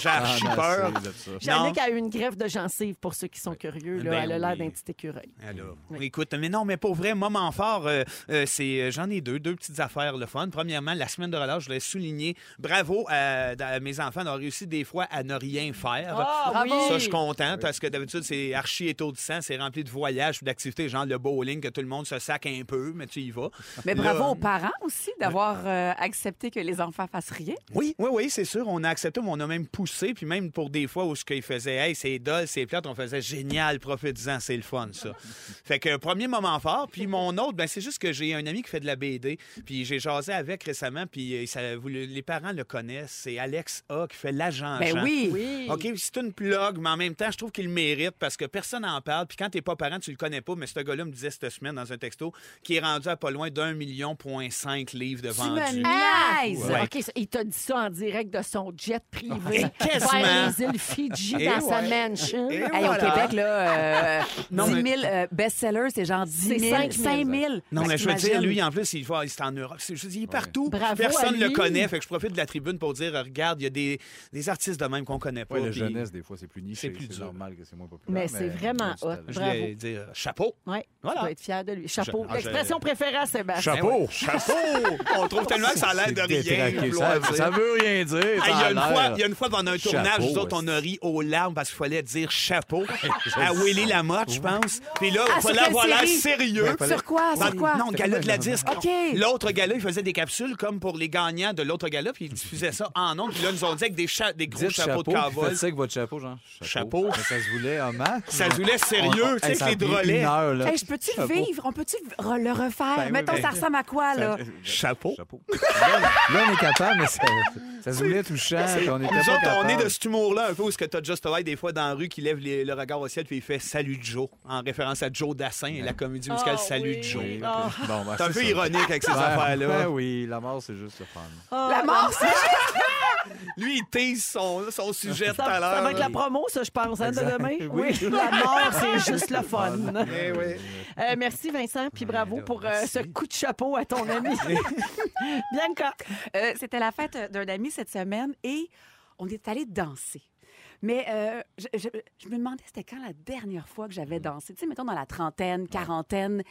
S3: J'ai archi
S4: Ah,
S3: peur.
S4: merci de ça.
S3: Non.
S1: Jannick a eu une greffe de gencive, pour ceux qui sont curieux. là.
S3: Ben
S1: Elle a l'air
S3: oui.
S1: d'un petit écureuil.
S3: Alors, écoute, mais non, mais pour vrai, moment fort, euh, euh, c'est euh, j'en ai deux, deux petites affaires le fun. Premièrement, la semaine de relâche, je voulais souligner, bravo à, à mes enfants d'avoir réussi des fois à ne rien faire.
S1: Ah, oui.
S3: Ça, je suis content parce que d'habitude, c'est archi étourdissant, c'est rempli de voyages, d'activités, genre le bowling, que tout le monde se sac un peu, mais tu y vas.
S2: Mais
S3: Là,
S2: bravo aux parents aussi d'avoir avoir euh, accepté que les enfants fassent rien.
S3: Oui, oui, oui, c'est sûr. On a accepté, mais on a même poussé. Puis même pour des fois où ce qu'ils faisaient, hey, c'est dol, c'est plate, on faisait génial, profite-en, c'est le fun,
S2: *laughs*
S3: ça. fait que premier moment fort. Puis mon autre, ben, c'est juste que j'ai un ami qui fait de la BD. Puis j'ai jasé avec récemment. Puis euh, ça- vous le- les parents le connaissent. C'est Alex A qui fait l'agent.
S2: Ben
S3: Jean.
S2: oui.
S1: Oui.
S3: OK, c'est une plug, mais en même temps, je trouve qu'il le mérite parce que personne n'en parle. Puis quand t'es pas parent, tu le connais pas. Mais ce gars-là me disait cette semaine dans un texto qu'il est rendu à pas loin d'un million point cinq livres de
S2: Tu
S3: vendus.
S2: me niaises!
S3: Ouais.
S1: OK, ça- il t'a dit ça en direct de son jet privé.
S3: Et quasiment.
S1: *laughs* Vers les îles Fidji
S3: Et
S1: dans sa
S3: ouais.
S1: mansion.
S3: Et
S2: Hey,
S3: voilà.
S2: Au Québec, là, euh,
S3: Non,
S2: 10
S3: mais-
S2: 000 euh, best-sellers, c'est genre 10
S1: C'est
S2: 000,
S1: 5
S2: 5
S1: 000.
S2: 000.
S3: Non,
S2: Fait
S3: mais
S2: que
S3: je veux dire,
S2: t'imagines.
S3: lui, en plus, il, va- c'est en Europe. C'est- Je dis, il est partout.
S1: Bravo
S3: Personne
S1: à
S3: ne le
S1: lui.
S3: connaît. Fait que je profite de la tribune pour dire, euh, regarde, il y a des, des artistes de même qu'on connaît pas.
S4: Ouais, la
S3: puis
S4: jeunesse, des fois, c'est plus niché.
S3: c'est plus
S4: C'est
S3: dur.
S4: normal que c'est moins populaire.
S1: Mais c'est vraiment
S4: il y a
S1: hot.
S4: du
S3: Je
S4: talent.
S1: Bravo.
S3: vais dire, euh, chapeau.
S1: Oui,
S3: Voilà.
S1: tu dois être fier de lui. Chapeau.
S3: Je- ah, je-
S1: L'expression préférée à Sébastien.
S3: Ben ouais,
S4: *laughs*
S3: chapeau! On trouve tellement que ça a l'air de
S4: C'est
S3: rien.
S4: détraqué,
S3: vouloir
S4: Ça,
S3: dire.
S4: ça veut rien dire.
S3: Hey, il, y
S4: ça
S3: a
S4: a
S3: une
S4: l'air.
S3: fois, il y a une fois pendant un
S4: Chapeau,
S3: tournage, nous autres, on a ri aux larmes parce qu'il fallait dire
S4: *laughs*
S3: chapeau à Willy Lamotte, je pense. Puis là, il
S2: Ah, sur
S3: fallait
S2: quelle
S3: avoir l'air
S2: série?
S3: sérieux.
S2: Sur
S1: Ah,
S2: quoi? Sur
S3: Dans-
S2: quoi?
S3: Non, gala de la disque.
S2: OK.
S3: L'autre gala, il faisait des capsules comme pour les gagnants de l'autre gala, puis il diffusait ça en ondes. Puis là, ils nous ont dit avec des, cha- des gros
S4: Dites
S3: chapeaux
S4: chapeau,
S3: de
S4: puis
S3: cowboy.
S4: faites ça avec votre chapeau, genre.
S3: Chapeau.
S4: Mais ça se voulait en masse.
S3: Ça se voulait sérieux, tu sais, avec les drôlets.
S2: Hey, je peux-tu le vivre? On peut-tu re- le refaire?
S4: Ben oui,
S2: Mettons,
S4: ben-
S2: ça ressemble à quoi, là?
S3: Chapeau.
S4: Chapeau. Là, on est capable, mais ça, ça se voulait touchant. puis On était
S3: Nous
S4: pas
S3: autres, on
S4: capable.
S3: est de cet humour-là, un peu où ce que t'as Just Away des fois dans la rue qui lève les- le regard au ciel puis il fait Salut Joe, en référence à Joe Dassin et la comédie musicale
S1: Ah,
S3: Salut
S1: oui.
S3: Joe.
S4: Oui,
S1: Ah.
S4: ok. Bon, ben,
S3: C'est un peu
S4: ça.
S3: ironique avec ces
S4: Ben,
S3: affaires-là.
S4: ben oui, la mort, c'est juste le fun.
S2: La
S3: Ah,
S2: mort, c'est...
S3: Lui, il tease son, son sujet tout
S1: Ça,
S3: à
S1: ça
S3: l'heure.
S1: va être
S3: là.
S1: la promo, ça, je pense, hein, de
S4: Exact.
S1: demain. Oui.
S4: Oui.
S1: La mort,
S3: *laughs*
S1: c'est juste le
S2: Ah,
S1: fun.
S3: Eh oui.
S1: Euh, merci, Vincent, puis bravo pour euh, ce coup de chapeau à ton
S3: *laughs*
S1: ami. *laughs* Bianca.
S2: Euh, C'était la fête euh, d'un ami cette semaine et on est allé danser. Mais euh, je, je- je me demandais, c'était quand la dernière fois que
S3: Mm.
S2: j'avais dansé? Tu sais, mettons dans la trentaine, quarantaine.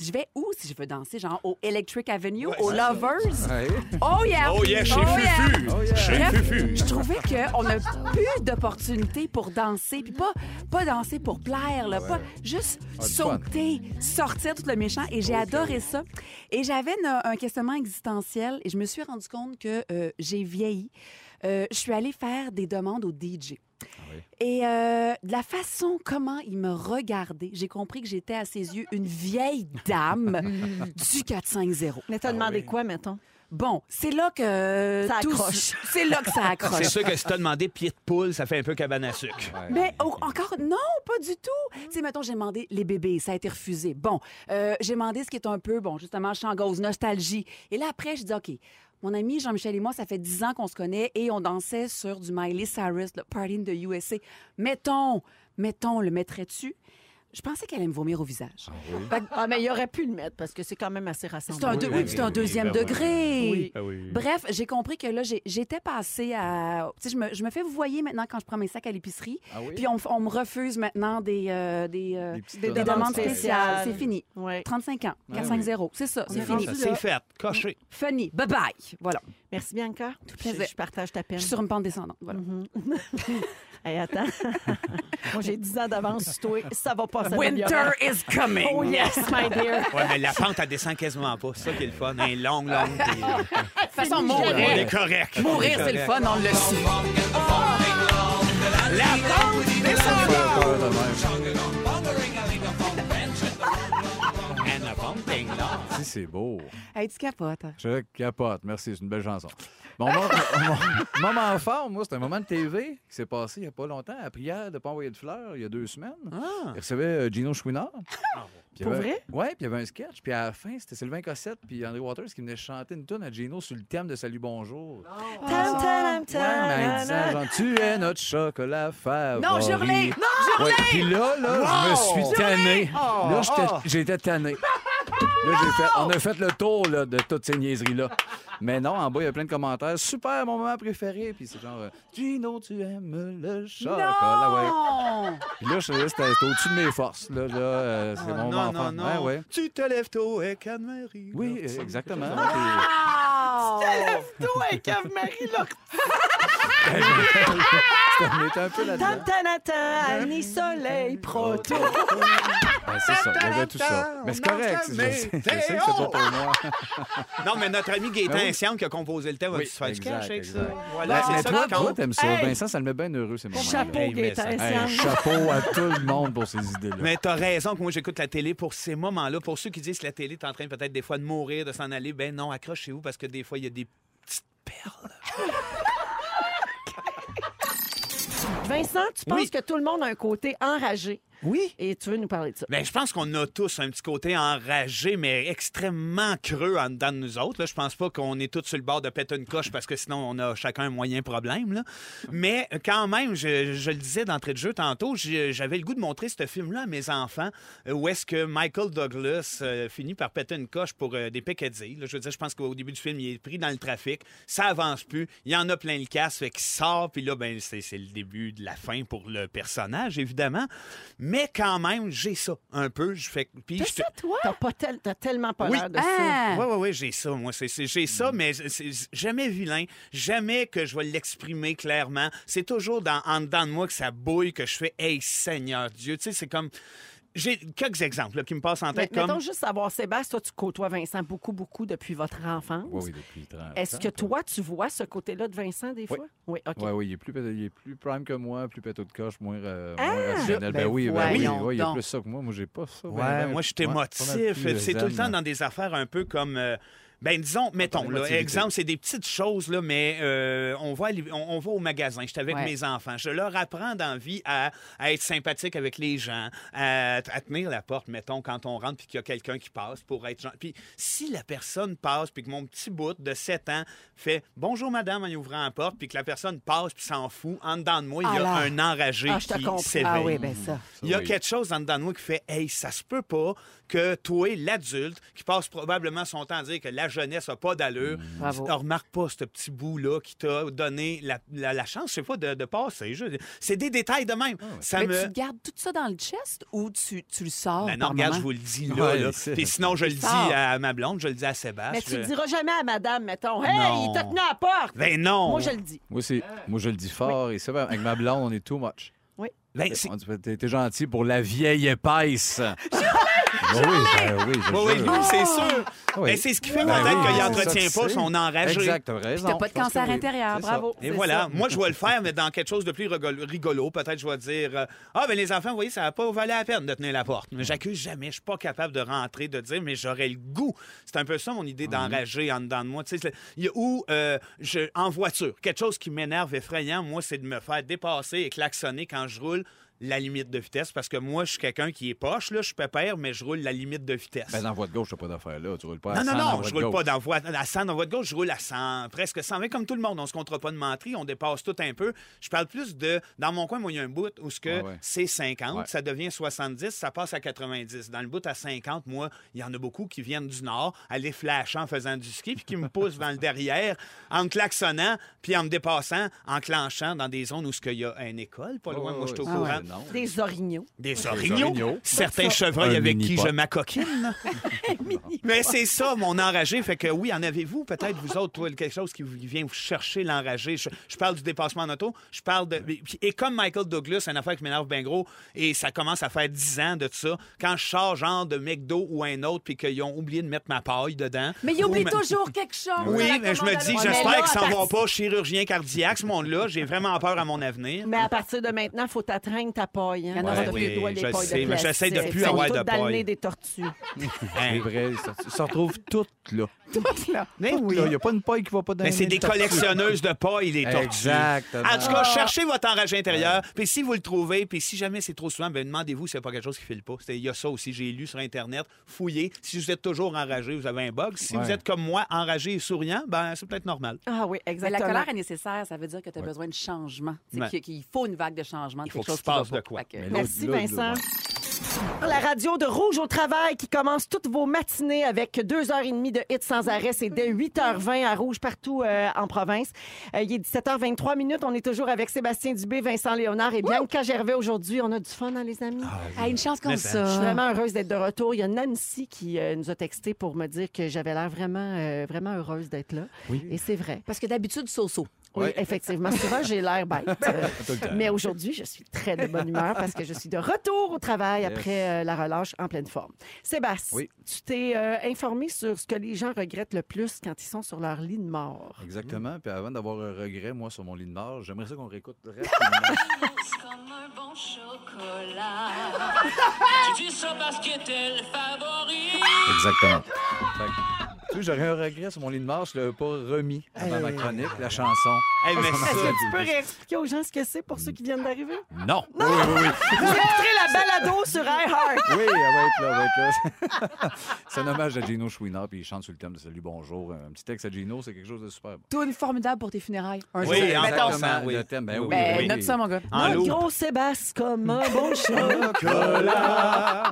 S2: Je vais où si je veux danser? Genre au Electric Avenue,
S3: Ouais,
S2: au
S3: c'est ça.
S2: Lovers?
S4: Ouais.
S2: Oh yeah!
S3: Oh yeah, chez
S2: yeah!
S3: Fufu! Chez
S2: Bref,
S3: Fufu!
S2: je trouvais qu'on a plus d'opportunités pour danser, puis pas, pas danser pour plaire, là, pas juste
S3: Ah,
S4: du
S2: sauter, sortir tout le méchant. Et j'ai adoré ça. Et j'avais une- un questionnement existentiel et je me suis rendu compte que euh, j'ai vieilli. Euh, je suis allée faire des demandes au DJ.
S3: Ah
S2: Et euh, de la façon comment il me regardait, j'ai compris que j'étais à ses yeux une vieille
S3: *laughs*
S2: dame du 450.
S1: Mais
S3: Ah
S1: t'as demandé quoi, mettons?
S2: Bon, c'est là que euh,
S1: Ça
S2: tout-
S1: accroche.
S2: C'est là que
S1: *laughs*
S2: ça accroche.
S3: C'est sûr que si t'as demandé pied de poule, ça fait un peu cabane à sucre.
S2: Mais au- encore, non, pas du tout. Tu sais, mettons, j'ai demandé les bébés, ça a été refusé. Bon, euh, j'ai demandé ce qui est un peu, bon, justement, changeuse, nostalgie. Et là, après, je dis, OK, mon ami Jean-Michel et moi, ça fait 10 ans qu'on se connaît et on dansait sur du Miley Cyrus, le Party in the USA. Mettons, mettons, le mettrais-tu? Je pensais qu'elle allait me vomir au visage.
S1: Ah, mais il aurait pu le mettre parce que c'est quand même assez
S2: C'est un,
S1: rassembleur.
S2: deux- Ah oui, ah c'est un deuxième degré.
S1: Oui.
S2: Bref, j'ai compris que là, j'ai- j'étais passée à. Tu sais, je me, je me fais voyer maintenant quand je prends mes sacs à l'épicerie.
S4: Ah oui?
S2: Puis on, f- on me refuse maintenant des, euh, des, euh,
S4: Des petites
S1: des
S2: des
S1: demandes
S2: demandes
S1: spéciales.
S2: spéciales. C'est fini.
S1: Ouais.
S2: 35 ans,
S4: Ah
S2: 450. C'est ça, c'est
S1: est
S2: fini.
S1: rendu là.
S3: C'est fait, coché.
S2: Funny, bye bye. Voilà.
S1: Merci, Bianca. Je,
S2: plaisir.
S1: je partage ta peine.
S2: Je suis sur une pente descendante. Voilà.
S1: Mm-hmm. Hey, attends. *laughs* Moi, j'ai 10 ans d'avance sur toi. Ça va pas, ça va bien.
S2: Winter *laughs* is coming.
S1: Oh yes, my dear.
S3: Ouais, mais la pente, elle descend quasiment pas. C'est ça qui est le fun. Elle est longue, longue. puis, euh,
S4: *laughs*
S2: De toute façon,
S3: on
S2: mourir,
S3: est correct.
S2: mourir c'est le fun, on le suit.
S3: La pente descend!
S4: Pas peur de même.
S3: And the pente est longue.
S4: Si, c'est beau.
S2: Hey, tu capotes. hein?
S4: Je capote. Merci, c'est une belle chanson. Mon, mo- mon- moment fort, moi, c'est un moment de TV qui s'est passé il n'y a pas longtemps, à prière de ne pas envoyer de fleurs, il y a deux semaines. Il recevait euh, Gino Chouinard. Puis il y
S1: Pour
S4: avait-
S1: vrai?
S4: Ouais, puis il y avait un sketch. Puis à la fin, c'était Sylvain Cossette puis André Waters qui venaient chanter une tune à Gino sur le thème de Salut Bonjour.
S1: *laughs* Tam, tam,
S4: Ouais, mais en
S1: tam,
S4: disant, genre, tu es notre chocolat favori.
S2: Non, je relais.
S4: Non, Puis là, là, je me suis tanné. Là, j'étais- j'étais tanné. Là, j'ai fait, on a fait le tour là, de toutes ces niaiseries-là. Mais non, en bas, il y a plein de commentaires. Super, mon moment préféré. Puis c'est genre, euh, Gino, tu aimes le chocolat. Ouais.
S2: Non!
S4: Puis là, je savais, c'était c'était au-dessus de mes forces. Là, là, euh, c'est
S3: Oh,
S4: mon
S3: non,
S4: moment
S3: non,
S4: fort.
S3: non.
S4: Ouais, ouais.
S3: Tu te lèves tôt eh, avec Anne-Marie.
S4: Oui, euh, exactement. Puis-
S2: Ah!
S1: Toi, Cave-Marie, là.
S4: On est un peu là-dedans.
S1: Tantanata, Annie Soleil, Proto.
S4: Ben, c'est ça, il y avait tout ça. Mais c'est correct, *laughs* je sais, je sais que c'est pas pour moi.
S3: Non, mais notre ami Gaétan
S4: Ben oui.
S3: Essiam qui a composé le thème va
S4: Oui,
S3: tu se faire du
S4: exact,
S3: cash avec ça?
S4: exact.
S3: Voilà,
S4: Mais
S3: c'est ça
S4: toi,
S3: qui
S4: toi,
S3: compte.
S4: t'aimes ça.
S1: Hey!
S4: Vincent, ça le met bien heureux, ces moments-là.
S1: Chapeau,
S3: Hey, mais
S1: Gaëtan
S3: ça-
S1: Essiam.
S4: Hey,
S3: *laughs*
S4: chapeau à tout le monde pour ces idées-là.
S3: Mais t'as raison que moi, j'écoute la télé pour ces moments-là. Pour ceux qui disent que la télé est en train peut-être des fois de mourir, de s'en aller, ben non, accrochez-vous parce que des fois, il y a des petites perles.
S1: Vincent, tu penses
S3: Oui.
S1: que tout le monde a un côté enragé
S3: Oui.
S1: et tu veux nous parler de ça.
S3: Ben, je pense qu'on a tous un petit côté enragé, mais extrêmement creux en dedans de nous autres. Là. Je pense pas qu'on est tous sur le bord de péter une coche parce que sinon, on a chacun un moyen problème. Là. Mais quand même, je, je le disais d'entrée de jeu tantôt, j'ai- j'avais le goût de montrer ce film-là à mes enfants, euh, où est-ce que Michael Douglas euh, finit par péter une coche pour euh, des peccadilles. là. Je veux dire, je pense qu'au début du film, il est pris dans le trafic, ça avance plus, il y en a plein le casse, fait qu'il sort, puis là, ben, c'est c'est le début de la fin pour le personnage, évidemment. Mais quand même, j'ai ça un peu. Je fais, puis je te-
S1: toi? T'as, pas tel- t'as tellement pas
S3: Oui.
S1: l'air de ça.
S2: Ah!
S3: oui, oui, oui, j'ai ça, moi. C'est- c'est- J'ai
S1: Mm.
S3: ça, mais c'est- c'est jamais vilain. Jamais que je vais l'exprimer clairement. C'est toujours dans, en dedans de moi que ça bouille, que je fais Hey Seigneur Dieu. Tu sais, c'est comme. J'ai quelques exemples là, qui me passent en
S1: Mais
S3: tête
S1: Mettons
S3: comme.
S1: juste savoir, Sébastien, toi, tu côtoies Vincent beaucoup, beaucoup depuis votre enfance.
S4: Oui, oui, depuis 30
S1: Est-ce
S4: ans.
S1: que toi, tu vois ce côté-là de Vincent des
S4: Oui.
S1: fois? Oui, OK.
S4: Oui, oui, il est plus, il est plus prime que moi, plus pétot de coche, moins, euh,
S1: Ah!
S4: moins rationnel. Ben,
S3: Ben
S4: oui, ben oui,
S2: voyons
S4: ouais, il est
S2: donc.
S4: plus ça que moi. Moi, j'ai pas euh, ça.
S3: Ouais, moi, je suis émotif. C'est tout le temps dans des affaires un peu comme. euh, ben, disons, mettons, là,
S4: d'émotivité.
S3: exemple, c'est des petites choses, là, mais euh, on, va aller- on, on va au magasin. J'étais avec
S2: Ouais.
S3: mes enfants. Je leur apprends d'envie à, à être sympathique avec les gens, à, à tenir la porte, mettons, quand on rentre puis qu'il y a quelqu'un qui passe pour être gentil. Puis si la personne passe puis que mon petit bout de 7 ans fait bonjour madame en y ouvrant la porte puis que la personne passe puis s'en fout, en dedans de moi, il y a
S2: Ah là.
S3: un enragé
S1: Ah, je te comprends.
S3: qui
S1: Ah
S3: s'éveille.
S2: Ah oui, ben ça.
S3: Il y a quelque chose en dedans de moi qui fait Hey, ça se peut pas que toi, l'adulte, qui passe probablement son temps à dire que la jeunesse n'a pas d'allure,
S4: Mm.
S2: Bravo.
S3: ne remarque pas ce petit bout-là qui t'a donné la, la- la chance, je sais pas, de, de passer. Je- C'est des détails de même.
S4: Ah
S3: Ça
S2: Mais
S3: me.
S2: tu Oh, gardes tout ça dans le chest ou tu, tu le sors
S3: Ben non,
S2: par
S3: regarde,
S2: moment?
S3: je vous le dis là.
S4: Ouais,
S3: là.
S4: c'est-
S3: Puis sinon, je le dis
S2: sors.
S3: à ma blonde, je le dis à Sébastien.
S1: Mais tu
S3: Ah, Je-
S1: ne diras jamais à madame, mettons, « Hey,
S3: Non.
S1: il t'a tenu à la porte!
S3: Ben non!
S1: Moi, je le dis.
S4: Moi, c'est- moi, je le dis fort, et ça, ben, avec ma blonde, on est too much.
S3: Ben, c'est-
S4: On dit, T'es t'es gentil pour la vieille
S3: *laughs*
S4: épaisse. Ben oui, ben oui, je
S3: Oui, oui,
S4: jure.
S3: lui, c'est sûr.
S4: Ah oui.
S3: Ben, c'est ce qui fait
S4: Ben
S3: peut-être
S4: oui,
S3: qu'il
S4: c'est ça
S3: n'entretient
S4: que
S3: pas
S4: c'est.
S3: son enragé.
S4: Exact, t'as raison.
S2: Puis t'as pas de
S4: Je pense que
S2: cancer
S4: oui.
S2: intérieur,
S4: C'est ça.
S2: bravo.
S3: Et
S2: C'est
S3: voilà,
S2: ça.
S3: moi je vais le faire, mais dans quelque chose de plus rigolo. rigolo. Peut-être je vais dire euh, Ah, ben les enfants, vous voyez, ça n'a pas valu la peine de tenir la porte. Mais j'accuse jamais, je suis pas capable de rentrer, de dire, mais j'aurais le goût. C'est un peu ça mon idée d'enrager en dedans de moi. Tu sais, c'est- il y a- Ou euh, je, en voiture, quelque chose qui m'énerve effrayant, moi, c'est de me faire dépasser et klaxonner quand je roule la limite de vitesse parce que moi je suis quelqu'un qui est poche là je suis pépère mais je roule la limite de vitesse.
S4: Ben, dans la voie de gauche, t'as pas d'affaire là. Tu roules pas à
S3: Non,
S4: 100
S3: non,
S4: dans la
S3: non,
S4: voie
S3: je
S4: de
S3: roule
S4: gauche.
S3: pas dans voie, à 100 dans votre gauche, je roule à 100, presque 100. Mais comme tout le monde, on se comptera pas de menterie, on dépasse tout un peu. Je parle plus de, dans mon coin, moi, il y a un bout où ce que
S4: Ouais, ouais.
S3: c'est 50,
S4: Ouais.
S3: ça devient 70, ça passe à 90. Dans le bout à 50, moi, il y en a beaucoup qui viennent du Nord, aller flashant en faisant du ski, puis qui me poussent dans le derrière, en me klaxonnant, puis en me dépassant, en clenchant dans des zones où ce qu'il y a une école, pas loin,
S4: Ouais,
S3: moi, je suis au
S4: ouais,
S2: Ah
S3: courant.
S4: ouais, non.
S1: Des orignaux.
S3: Des orignaux.
S4: orignaux.
S3: Certains
S4: Un
S3: chevreuils avec qui
S4: mini-pot.
S3: je
S4: *laughs*
S3: m'acoquine. Mais c'est ça, mon enragé. Fait que oui, en avez-vous peut-être, vous autres, toi, quelque chose qui vous- vient vous chercher l'enragé. Je, je parle du dépassement en auto. Je parle de. Et, puis- et comme Michael Douglas, c'est une affaire qui m'énerve bien gros, et ça commence à faire 10 ans de ça, quand je sors genre de McDo ou un autre, puis qu'ils ont oublié de mettre ma paille dedans.
S2: Mais il
S3: ou
S2: oublie
S3: ma-
S2: toujours quelque chose.
S3: Oui,
S2: dans la
S3: mais je me
S2: commande à
S3: dis,
S2: l'autre. Mais là,
S3: j'espère qu'ils s'en vont
S2: attends,
S3: pas chirurgien cardiaque, ce monde-là. J'ai vraiment peur à mon
S2: *laughs*
S3: avenir.
S1: Mais à partir de maintenant, il faut t'atteindre ta paille. hein.
S2: Il y en
S1: On
S2: aura
S1: a
S2: plus.
S1: les doigts, les
S3: je
S1: pailles
S3: sais, mais
S1: plastique.
S3: j'essaie de plus
S1: Ils sont
S3: avoir
S1: tous
S3: de
S1: dans le nez
S3: paille.
S1: des tortues.
S4: C'est vrai, ça- ils se *laughs* retrouvent toutes là.
S3: Ben, Mais
S4: Toutes là. Il n'y a pas une paille qui va pas dans
S3: Ben, Mais
S4: les
S3: c'est des
S4: tortues.
S3: collectionneuses de paille, les tortues.
S4: Exactement.
S3: En tout cas, cherchez votre enragé intérieur. Puis si vous le trouvez, puis si jamais c'est trop souvent, ben demandez-vous s'il n'y a pas quelque chose qui file pas. C'est- Il y a ça aussi, j'ai lu sur Internet. Fouillez. Si vous êtes toujours enragé, vous avez un bug. Si
S4: Ouais.
S3: vous êtes comme moi, enragé et souriant, ben c'est peut-être normal.
S1: Ah oui,
S2: Mais la
S1: exactement.
S2: colère est nécessaire, ça veut dire que tu as besoin de changement. C'est
S3: Ouais.
S2: qu'il qu'il faut une vague de changement. de
S3: Il faut
S2: quelque
S3: que
S2: chose
S3: se passe
S2: qui va
S3: de
S2: pas.
S3: quoi.
S2: Fait que-
S4: Mais
S1: Merci,
S4: l'autre, là,
S1: Vincent.
S4: là, ouais.
S1: La radio de Rouge au travail qui commence toutes vos matinées avec deux heures et demie de hits sans arrêt. C'est dès 8h20 à Rouge partout euh, en province. Euh, il est 17h23 minutes. On est toujours avec Sébastien Dubé, Vincent Léonard et Bianca Gervais aujourd'hui. On a du fun, hein, les amis?
S2: Ah, une chance comme
S3: Mais ça-
S1: Je suis
S2: ça.
S1: vraiment heureuse d'être de retour. Il y a Nancy qui euh, nous a texté pour me dire que j'avais l'air vraiment, euh, vraiment heureuse d'être là. Et c'est vrai.
S2: Parce que d'habitude, so-so.
S1: Oui, effectivement. Souvent, j'ai l'air
S3: *laughs*
S1: bête. Euh, Mais aujourd'hui, je suis très de bonne humeur parce que je suis de retour au travail après euh, la relâche en pleine forme. Sébastien,
S4: Oui.
S1: tu t'es euh, informé sur ce que les gens regrettent le plus quand ils sont sur leur lit de mort.
S4: Exactement. Puis avant d'avoir un regret, moi, sur mon lit de mort, j'aimerais ça qu'on réécoute
S3: *laughs*
S4: rapidement.
S7: comme un bon chocolat. *laughs* tu dis ça parce que t'es le favori.
S4: Exactement. Fait que, tu sais, j'aurais un regret sur mon lit de mort, je l'avais pas remis avant ma chronique, la chanson.
S3: Hey, Eh, mais
S1: Est-ce
S3: ça,
S1: que tu peux réexpliquer aux gens ce que c'est pour ceux qui viennent
S3: *laughs*
S1: d'arriver?
S4: Non! Oui, oui, oui.
S1: Vous écouterez la balado sur iHeart.
S4: Oui, elle va être là, elle va être là. *laughs* c'est un hommage à Gino Chouinard, puis il chante sur le thème de Salut, bonjour. Un petit texte à Gino, c'est quelque chose de super bon.
S2: Tout une formidable pour tes funérailles. Un
S3: Oui,
S2: jour.
S3: en
S2: Ben,
S3: passant,
S4: Exactement,
S3: oui.
S4: le thème. Ben oui,
S2: ben,
S4: oui.
S2: note ça, mon gars.
S3: en
S1: Notre
S3: loop.
S1: gros Sébastien comme un
S3: *laughs*
S1: bon chat.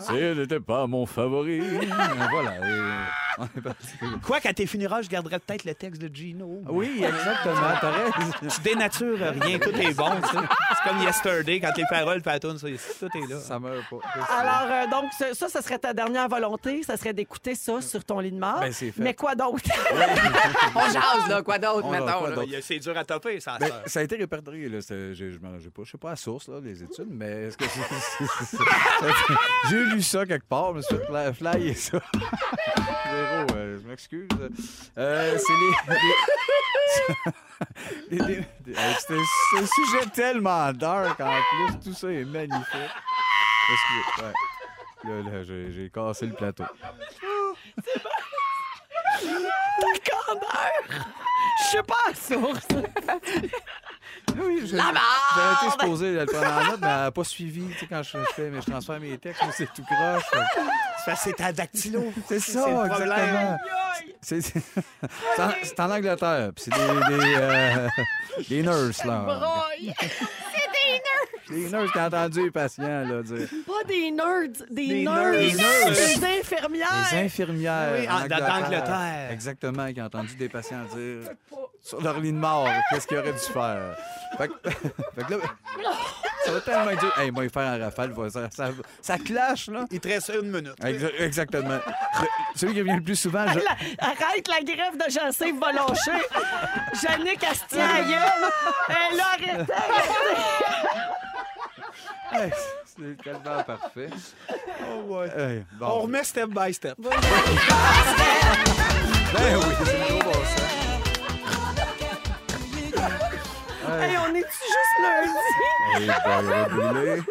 S4: Ce n'était pas mon favori. voilà. et- on est parti.
S3: Quoi qu'à tes funérailles, je garderais peut-être le texte de Gino.
S4: Oui, exactement. T'as raison.
S3: Tu dénatures rien, tout est bon. tu sais. C'est comme Yesterday, quand les paroles patounes, ça, tout est là.
S4: Ça meurt pas.
S1: Alors, euh, donc, ce- ça, ce serait ta dernière volonté, ça serait d'écouter ça sur ton lit de mort.
S4: Ben, c'est fait.
S1: Mais quoi d'autre? *laughs*
S2: On jase, là. Quoi d'autre,
S4: On a
S2: mettons?
S4: quoi
S2: là?
S4: d'autre?
S3: Il y a- C'est dur à taper, ça.
S4: Ben,
S3: sœur.
S4: ça a été répertorié, là. c'est- Je, je m'en rappelle pas. Je sais pas à source, là, les études, mais est-ce que c'est- c'est- c'est- c'est- J'ai lu ça quelque part, je me suis fait fly- flyer ça. Zéro, euh, je m'excuse. Euh, c'est les. les- les- les- les- euh, C'est un- c'est un sujet tellement dark en plus, tout ça est magnifique. Excusez, ouais. Là, là, j'ai j'ai cassé le plateau.
S1: Je sais pas, source.
S4: Ah Oui, je, la J'avais été supposé le prendre en note, mais elle n'a pas suivi. Tu sais, quand je, je fais, mais je transfère mes textes, moi, c'est tout croche.
S3: Ça, c'est ta dactylo.
S4: C'est ça,
S3: C'est le problème.
S4: exactement. C'est c'est- c'est en, c'est en Angleterre, puis c'est des, des, euh, *laughs* des nurses, là. *laughs* C'est des nurses! Des nurses qui ont entendu les patients, là, dire.
S1: Pas des nerds, des,
S3: Des
S1: nerds,
S3: nerds.
S1: des,
S3: Des nerds.
S1: infirmières.
S4: Les infirmières
S3: Oui, en-
S4: en Angleterre.
S3: d'Angleterre.
S4: Exactement, qui ont entendu des patients dire sur leur lit de mort qu'est-ce qu'ils auraient dû faire. Fait que, *laughs* fait que là, ça va tellement être dur. Hey, moi, faire en rafale, va- ça, ça, ça clash, là.
S3: Il te reste une minute.
S4: Exa- Exactement. Le- celui qui revient le plus souvent, je-
S1: La- arrête la grève de gencives va lâcher. Jannick Astien,
S4: *laughs*
S1: aïeul. Elle a arrêté.
S3: *laughs*
S4: Hey, Eh, c'est tellement parfait. Hey, bon.
S3: Oh, On remet step by step.
S4: Ben oui, c'est le gros bon sens.
S1: Hey, on est-tu juste lundi?
S4: Hey, ben,
S3: *laughs*
S4: il va brûler.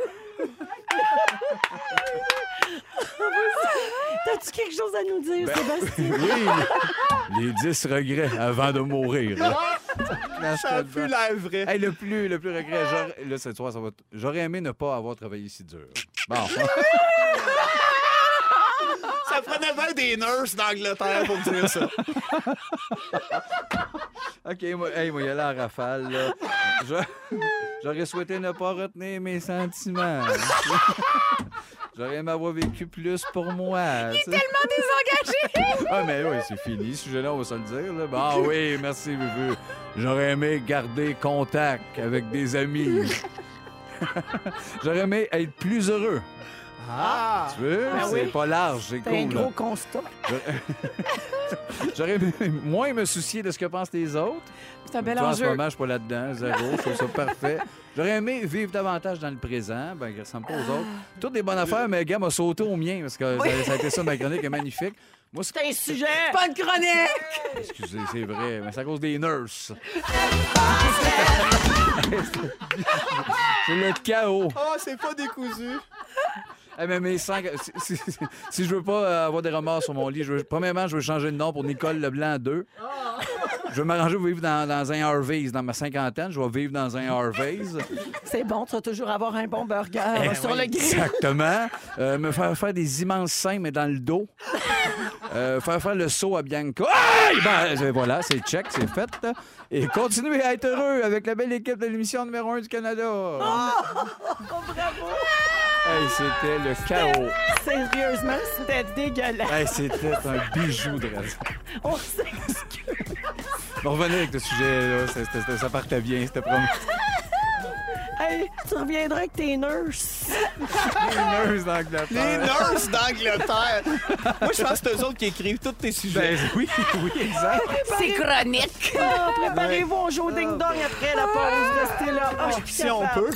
S1: T'as-tu quelque chose à nous dire,
S4: Ben,
S1: Sébastien?
S4: Oui, les 10 regrets avant de mourir. *laughs*
S3: Ça a plus l'air vrai.
S4: Hey, le plus, le plus regret, j'aurais- là, cette soir, ça va t- j'aurais aimé ne pas avoir travaillé si dur.
S3: *laughs*
S4: Bon,
S3: Ça prenait bien des nurses d'Angleterre pour dire ça.
S4: ok, moi, hey, moi, il y a en rafale, là. Je- J'aurais souhaité ne pas retenir
S3: *laughs*
S4: mes sentiments. J'aurais aimé avoir vécu plus pour moi. tu sais. Ah, mais oui, c'est fini, ce sujet-là, on va se le dire. Là. Ah oui, merci, Vuvu. J'aurais aimé garder contact avec des amis. J'aurais aimé être plus heureux.
S3: Ah!
S4: Tu veux?
S1: Ah
S4: c'est
S1: oui.
S4: pas large, c'est
S1: T'as un
S4: cool. là.
S1: gros constat.
S4: J'aurais aimé *laughs* moins me soucier de ce que pensent les autres.
S2: C'est un bel
S4: Toi, en ce
S2: enjeu.
S4: moment, je suis pas là-dedans, zéro. Je trouve ça parfait. J'aurais aimé vivre davantage dans le présent. Ben, il ressemble pas aux autres. Toutes des bonnes affaires, mais le gars m'a sauté au mien parce que ça, ça a été ça, ma chronique est magnifique. Moi, c'est
S1: C'est un sujet.
S2: Pas de chronique!
S4: Excusez, c'est vrai, mais c'est à cause des nurses. c'est le chaos.
S3: Ah, c'est *laughs* pas décousu.
S4: Eh, mais mes cinq- si, si- si je veux pas euh, avoir des remords sur mon lit, je veux- premièrement, je veux changer de nom pour Nicole Leblanc 2. Je veux m'arranger pour vivre dans, dans un Harvey's. Dans ma cinquantaine, je vais vivre dans un Harvey's.
S1: C'est bon, tu vas toujours avoir un bon burger euh,
S4: Eh
S1: sur le
S4: *laughs*
S1: grill.
S4: Exactement. Euh, me faire faire des immenses seins, mais dans le dos. Euh, faire faire le saut à Bianca. Aïe! Ben, euh, voilà, c'est check, c'est fait. Et continuer à être heureux avec la belle équipe de l'émission numéro 1 du Canada.
S1: Oh, bravo.
S4: Hey, c'était le chaos.
S1: Sérieusement, c'était dégueulasse.
S4: Hey, c'était un bijou de rêve.
S1: On sait
S4: On revenait avec le sujet, là. Ça, c'était- ça partait bien, c'était promis.
S1: Hey, tu reviendras avec tes nurses.
S4: Les nurses d'Angleterre.
S3: Les nurses d'Angleterre. Moi, je pense que c'est eux autres qui écrivent tous tes sujets.
S4: Ben oui, oui, exact.
S2: C'est chronique.
S1: Ah, Préparez-vous au show ding-dong après la pause. Restez là. Ah, je suis plus
S3: si on
S1: capable.
S3: peut.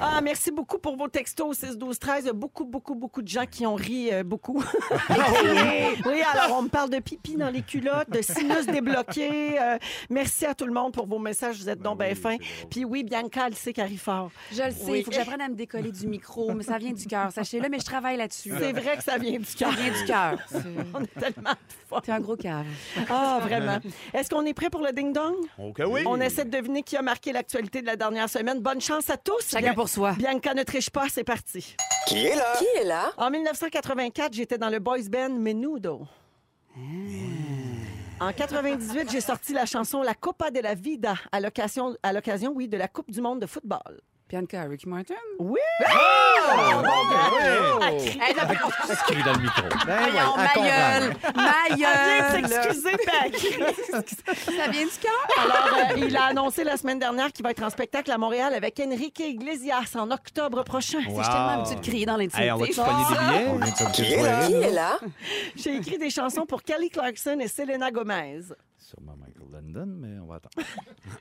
S1: Ah, merci beaucoup pour vos textos 6, 12, 13. Il y a beaucoup, beaucoup, beaucoup de gens qui ont ri euh, beaucoup.
S3: Ah
S1: *laughs* oui, alors on me parle de pipi dans les culottes, de sinus débloqué. Euh, merci à tout le monde pour vos messages. Vous êtes
S3: Ben
S1: donc bien fins. Puis oui, Bianca, elle sait qu'elle rit fort.
S2: Je le sais, il faut que j'apprenne à me décoller du micro, mais ça vient du cœur, sachez-le, mais je travaille là-dessus.
S1: C'est vrai que ça vient du
S2: Ça
S3: *laughs*
S1: cœur.
S2: vient du cœur. C'est-
S1: On est tellement fort.
S2: T'es un gros cave.
S1: Ah, vraiment. Est-ce qu'on est prêt pour le ding-dong?
S3: OK, oui.
S1: On essaie de deviner qui a marqué l'actualité de la dernière semaine. Bonne chance à tous.
S2: Chacun pour soi.
S1: Bianca ne triche pas, c'est parti.
S2: Qui est là?
S1: En 1984, j'étais dans le boys band Menudo. En 98, j'ai sorti la chanson La Copa de la Vida à l'occasion, à l'occasion, oui, de la Coupe du monde de football.
S2: Bianca, Ricky Martin?
S1: Oui!
S2: Ah, ben
S8: Crie dans le micro.
S4: Ben, ouais,
S2: Voyons,
S4: à
S2: ma gueule! Ma
S1: Elle vient de
S2: gueule!
S1: s'excuser, Pac.
S2: Ça vient du cœur?
S1: Alors, euh, il a annoncé la semaine dernière qu'il va être en spectacle à Montréal avec Enrique Iglesias en octobre prochain.
S2: Je suis tellement habituée de crier dans l'intimité.
S8: Hey, on va-tu pogner des billets? On vient de se faire une soirée, là.
S2: est là?
S1: J'ai écrit des chansons pour Kelly Clarkson et Selena Gomez.
S4: Sûrement Michael London, mais on va attendre.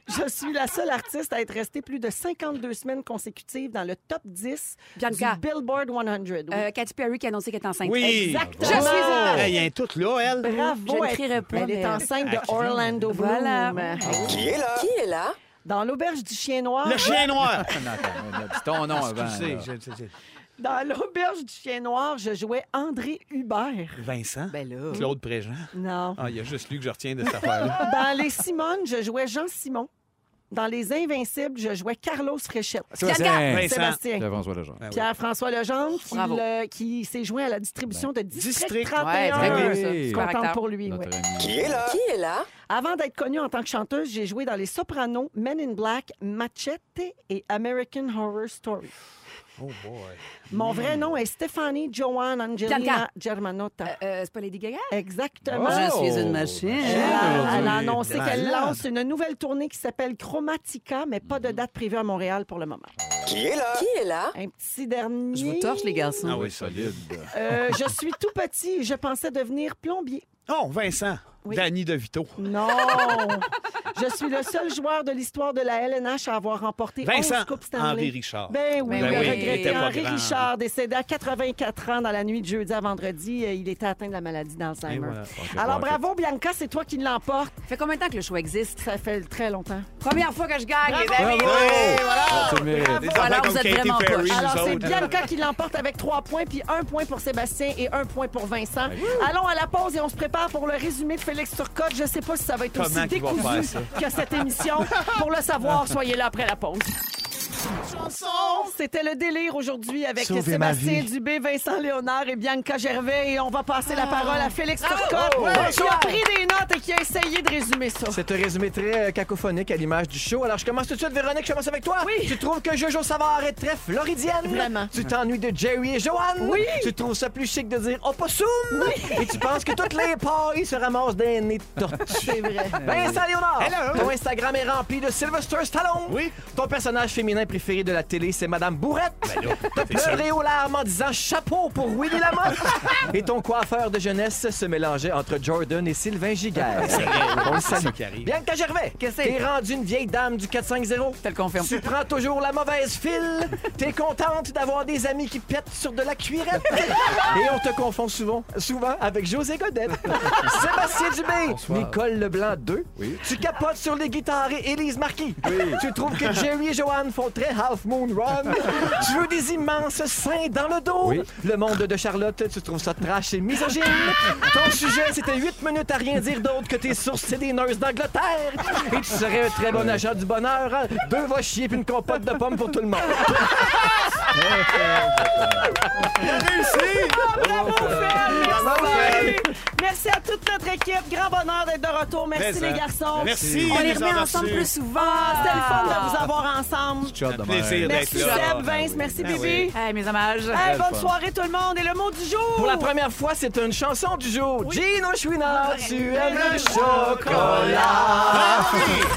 S1: Je suis la seule artiste à être restée plus de 52 semaines consécutives dans le top 10
S2: Bianca.
S1: du Billboard 100. Oui.
S2: Euh, Katy Perry qui a annoncé qu'elle est enceinte.
S3: Oui.
S1: Exactement.
S2: Je suis
S3: Oh!
S2: heureuse.
S3: Hey, Il y a un tout là, elle.
S1: Bravo.
S2: Je ne
S1: elle-
S2: crierai pas,
S1: Elle est
S2: mais-
S1: enceinte de Orlando Bloom.
S2: Voilà. Qui est là?
S1: Dans l'auberge du chien noir.
S3: Le chien *laughs* noir.
S4: Non, attends, on a dit ton nom avant.
S3: Excusez,
S4: là.
S3: je- je- je-
S1: *laughs* Dans l'auberge du chien noir, je jouais André Hubert.
S3: Vincent.
S2: Ben là.
S3: Claude Préjean.
S1: Non.
S3: Ah, il y a juste lui que je retiens de cette affaire-là.
S1: Dans les Simones, je jouais Jean Simon. Dans les Invincibles, je jouais Carlos Fréchette.
S4: Sébastien.
S3: Vincent.
S1: Sébastien.
S4: C'est François Lejeune.
S3: Ben oui.
S1: Pierre-François Legendre, qui,
S2: Bravo.
S1: le- qui s'est joint à la distribution de District,
S3: Ben, District.
S1: 31.
S2: très
S4: bien,
S1: Je
S4: ça.
S1: suis
S4: Super
S1: contente
S2: acteur.
S1: pour lui.
S4: Notre
S1: ouais.
S4: ami.
S2: Qui est là?
S1: Avant d'être connue en tant que chanteuse, j'ai joué dans Les Sopranos, Men in Black, Machete et American Horror Story.
S3: Oh boy. Hmm.
S1: Mon vrai nom est Stephanie Joanne Angelina
S2: Bianca.
S1: Germanotta.
S2: Euh, c'est pas Lady Gaga?
S3: Oh,
S1: Exactement.
S2: Je suis une
S1: Elle
S2: machine.
S1: a- elle a annoncé
S3: Malade.
S1: qu'elle lance une nouvelle tournée qui s'appelle Chromatica, mais pas
S3: Mm-hmm.
S1: de date prévue à Montréal pour le moment.
S2: Qui est là?
S1: Un petit dernier.
S2: Je vous torche, les garçons.
S3: Ah oui, solide.
S1: Euh, je suis tout petit et je pensais devenir plombier.
S3: Oh, Vincent.
S1: Oui.
S3: Danny DeVito.
S1: Non! *laughs* je suis le seul joueur de l'histoire de la LNH à avoir remporté 11
S3: Vincent.
S1: Coupes Stanley.
S3: Henri Richard.
S1: Ben
S2: Ben
S1: oui, le
S2: oui, il
S1: regretté
S2: était
S3: pas
S1: Henri
S3: grand.
S1: Richard, décédé à 84 ans dans la nuit de jeudi à vendredi. Euh, Il était atteint de la maladie d'Alzheimer.
S3: Et
S2: Ben
S3: voilà.
S1: Alors bravo, Bianca, c'est toi qui l'emporte.
S2: Ça fait combien de temps que le show existe?
S1: Ça fait très longtemps.
S2: Première fois que je gagne, les amis.
S4: Tu le mérites.
S3: Des affaires
S2: Alors,
S3: comme
S2: vous êtes
S3: Katy
S2: vraiment
S3: Perry,
S2: poche.
S3: nous
S1: Alors, c'est
S3: autres.
S1: Bianca qui l'emporte avec trois points, puis un point pour Sébastien et un point pour Vincent.
S3: Ben
S1: Allons à la pause et on se prépare pour le résumé de Félix Turcotte. Je sais pas si ça va être
S3: Comment
S1: aussi
S3: qu'il va
S1: décousu
S3: faire ça?
S1: que cette émission. pour le savoir,
S3: *laughs*
S1: soyez là après la pause. C'était le délire aujourd'hui avec Sébastien Dubé, Vincent Léonard et Bianca Gervais. Et on va passer la parole à Félix Turcotte, qui a pris des notes et qui a essayé de résumer ça.
S9: C'est un résumé très euh, cacophonique à l'image du show. Alors, je commence tout de suite, Véronique, je commence avec toi.
S1: Oui.
S9: Tu trouves que Jojo Savard est très floridienne.
S1: Vraiment.
S9: Tu t'ennuies de Jerry et Joanne.
S1: Oui.
S9: Tu trouves ça plus chic de dire opossum. Et tu penses que toutes les pailles se ramassent d'un nez de tortue.
S1: C'est vrai.
S9: Vincent Léonard, ton Instagram est rempli de Sylvester Stallone.
S3: Oui.
S9: Ton personnage féminin préféré de la télé, c'est Madame Bourrette. T'as pleuré aux larmes en disant chapeau pour Willy Lamotte. et ton coiffeur de jeunesse se mélangeait entre Jordan et Sylvain Giguère. On le salue.
S3: qui arrive.
S9: Bianca Gervais,
S2: Qu'est-ce que c'est?
S9: t'es rendue une vieille dame du 450.
S2: Je te le confirme.
S9: Tu prends toujours la mauvaise
S2: *laughs*
S9: file. T'es contente d'avoir des amis qui pètent sur de
S2: *laughs*
S9: la cuirette. Et on te confond souvent, souvent avec
S2: *laughs*
S9: José Godet. Sébastien Dubé. Nicole Leblanc 2. Tu capotes sur les guitares et Élise Marquis. Tu trouves que Jerry et Joanne font très Half Moon Run. tu veux des immenses seins dans le dos. Le monde de Charlotte, tu trouves ça trash et misogyne. Ton sujet, c'était 8 minutes à rien dire d'autre que tes sources, c'est des nurses d'Angleterre. Et tu serais un très bon agent du bonheur. hein. Deux va chier puis une compote de pommes pour tout le monde.
S3: Réussi!
S1: Bravo, Félix!
S3: Bravo, Félix!
S1: Merci à toute notre équipe. Grand bonheur d'être de retour. Merci,
S3: Mais,
S1: les
S3: hein.
S1: garçons.
S3: Merci.
S2: On les
S3: nous
S2: remet
S3: en
S2: ensemble
S3: reçus.
S2: plus souvent.
S1: Ah, C'était le fun de vous avoir ensemble.
S4: Ciao, demain.
S3: plaisir d'être
S1: Merci
S3: là.
S1: Seb, Vince, merci
S3: Ah oui.
S1: Bibi.
S2: Hey, mes hommages.
S1: Hey,
S4: le
S1: bonne
S4: fun.
S1: soirée tout le monde et le mot du jour.
S9: Pour la première fois, c'est une chanson du jour. Gino Chouinard, tu aimes le chocolat.
S3: Ah oui!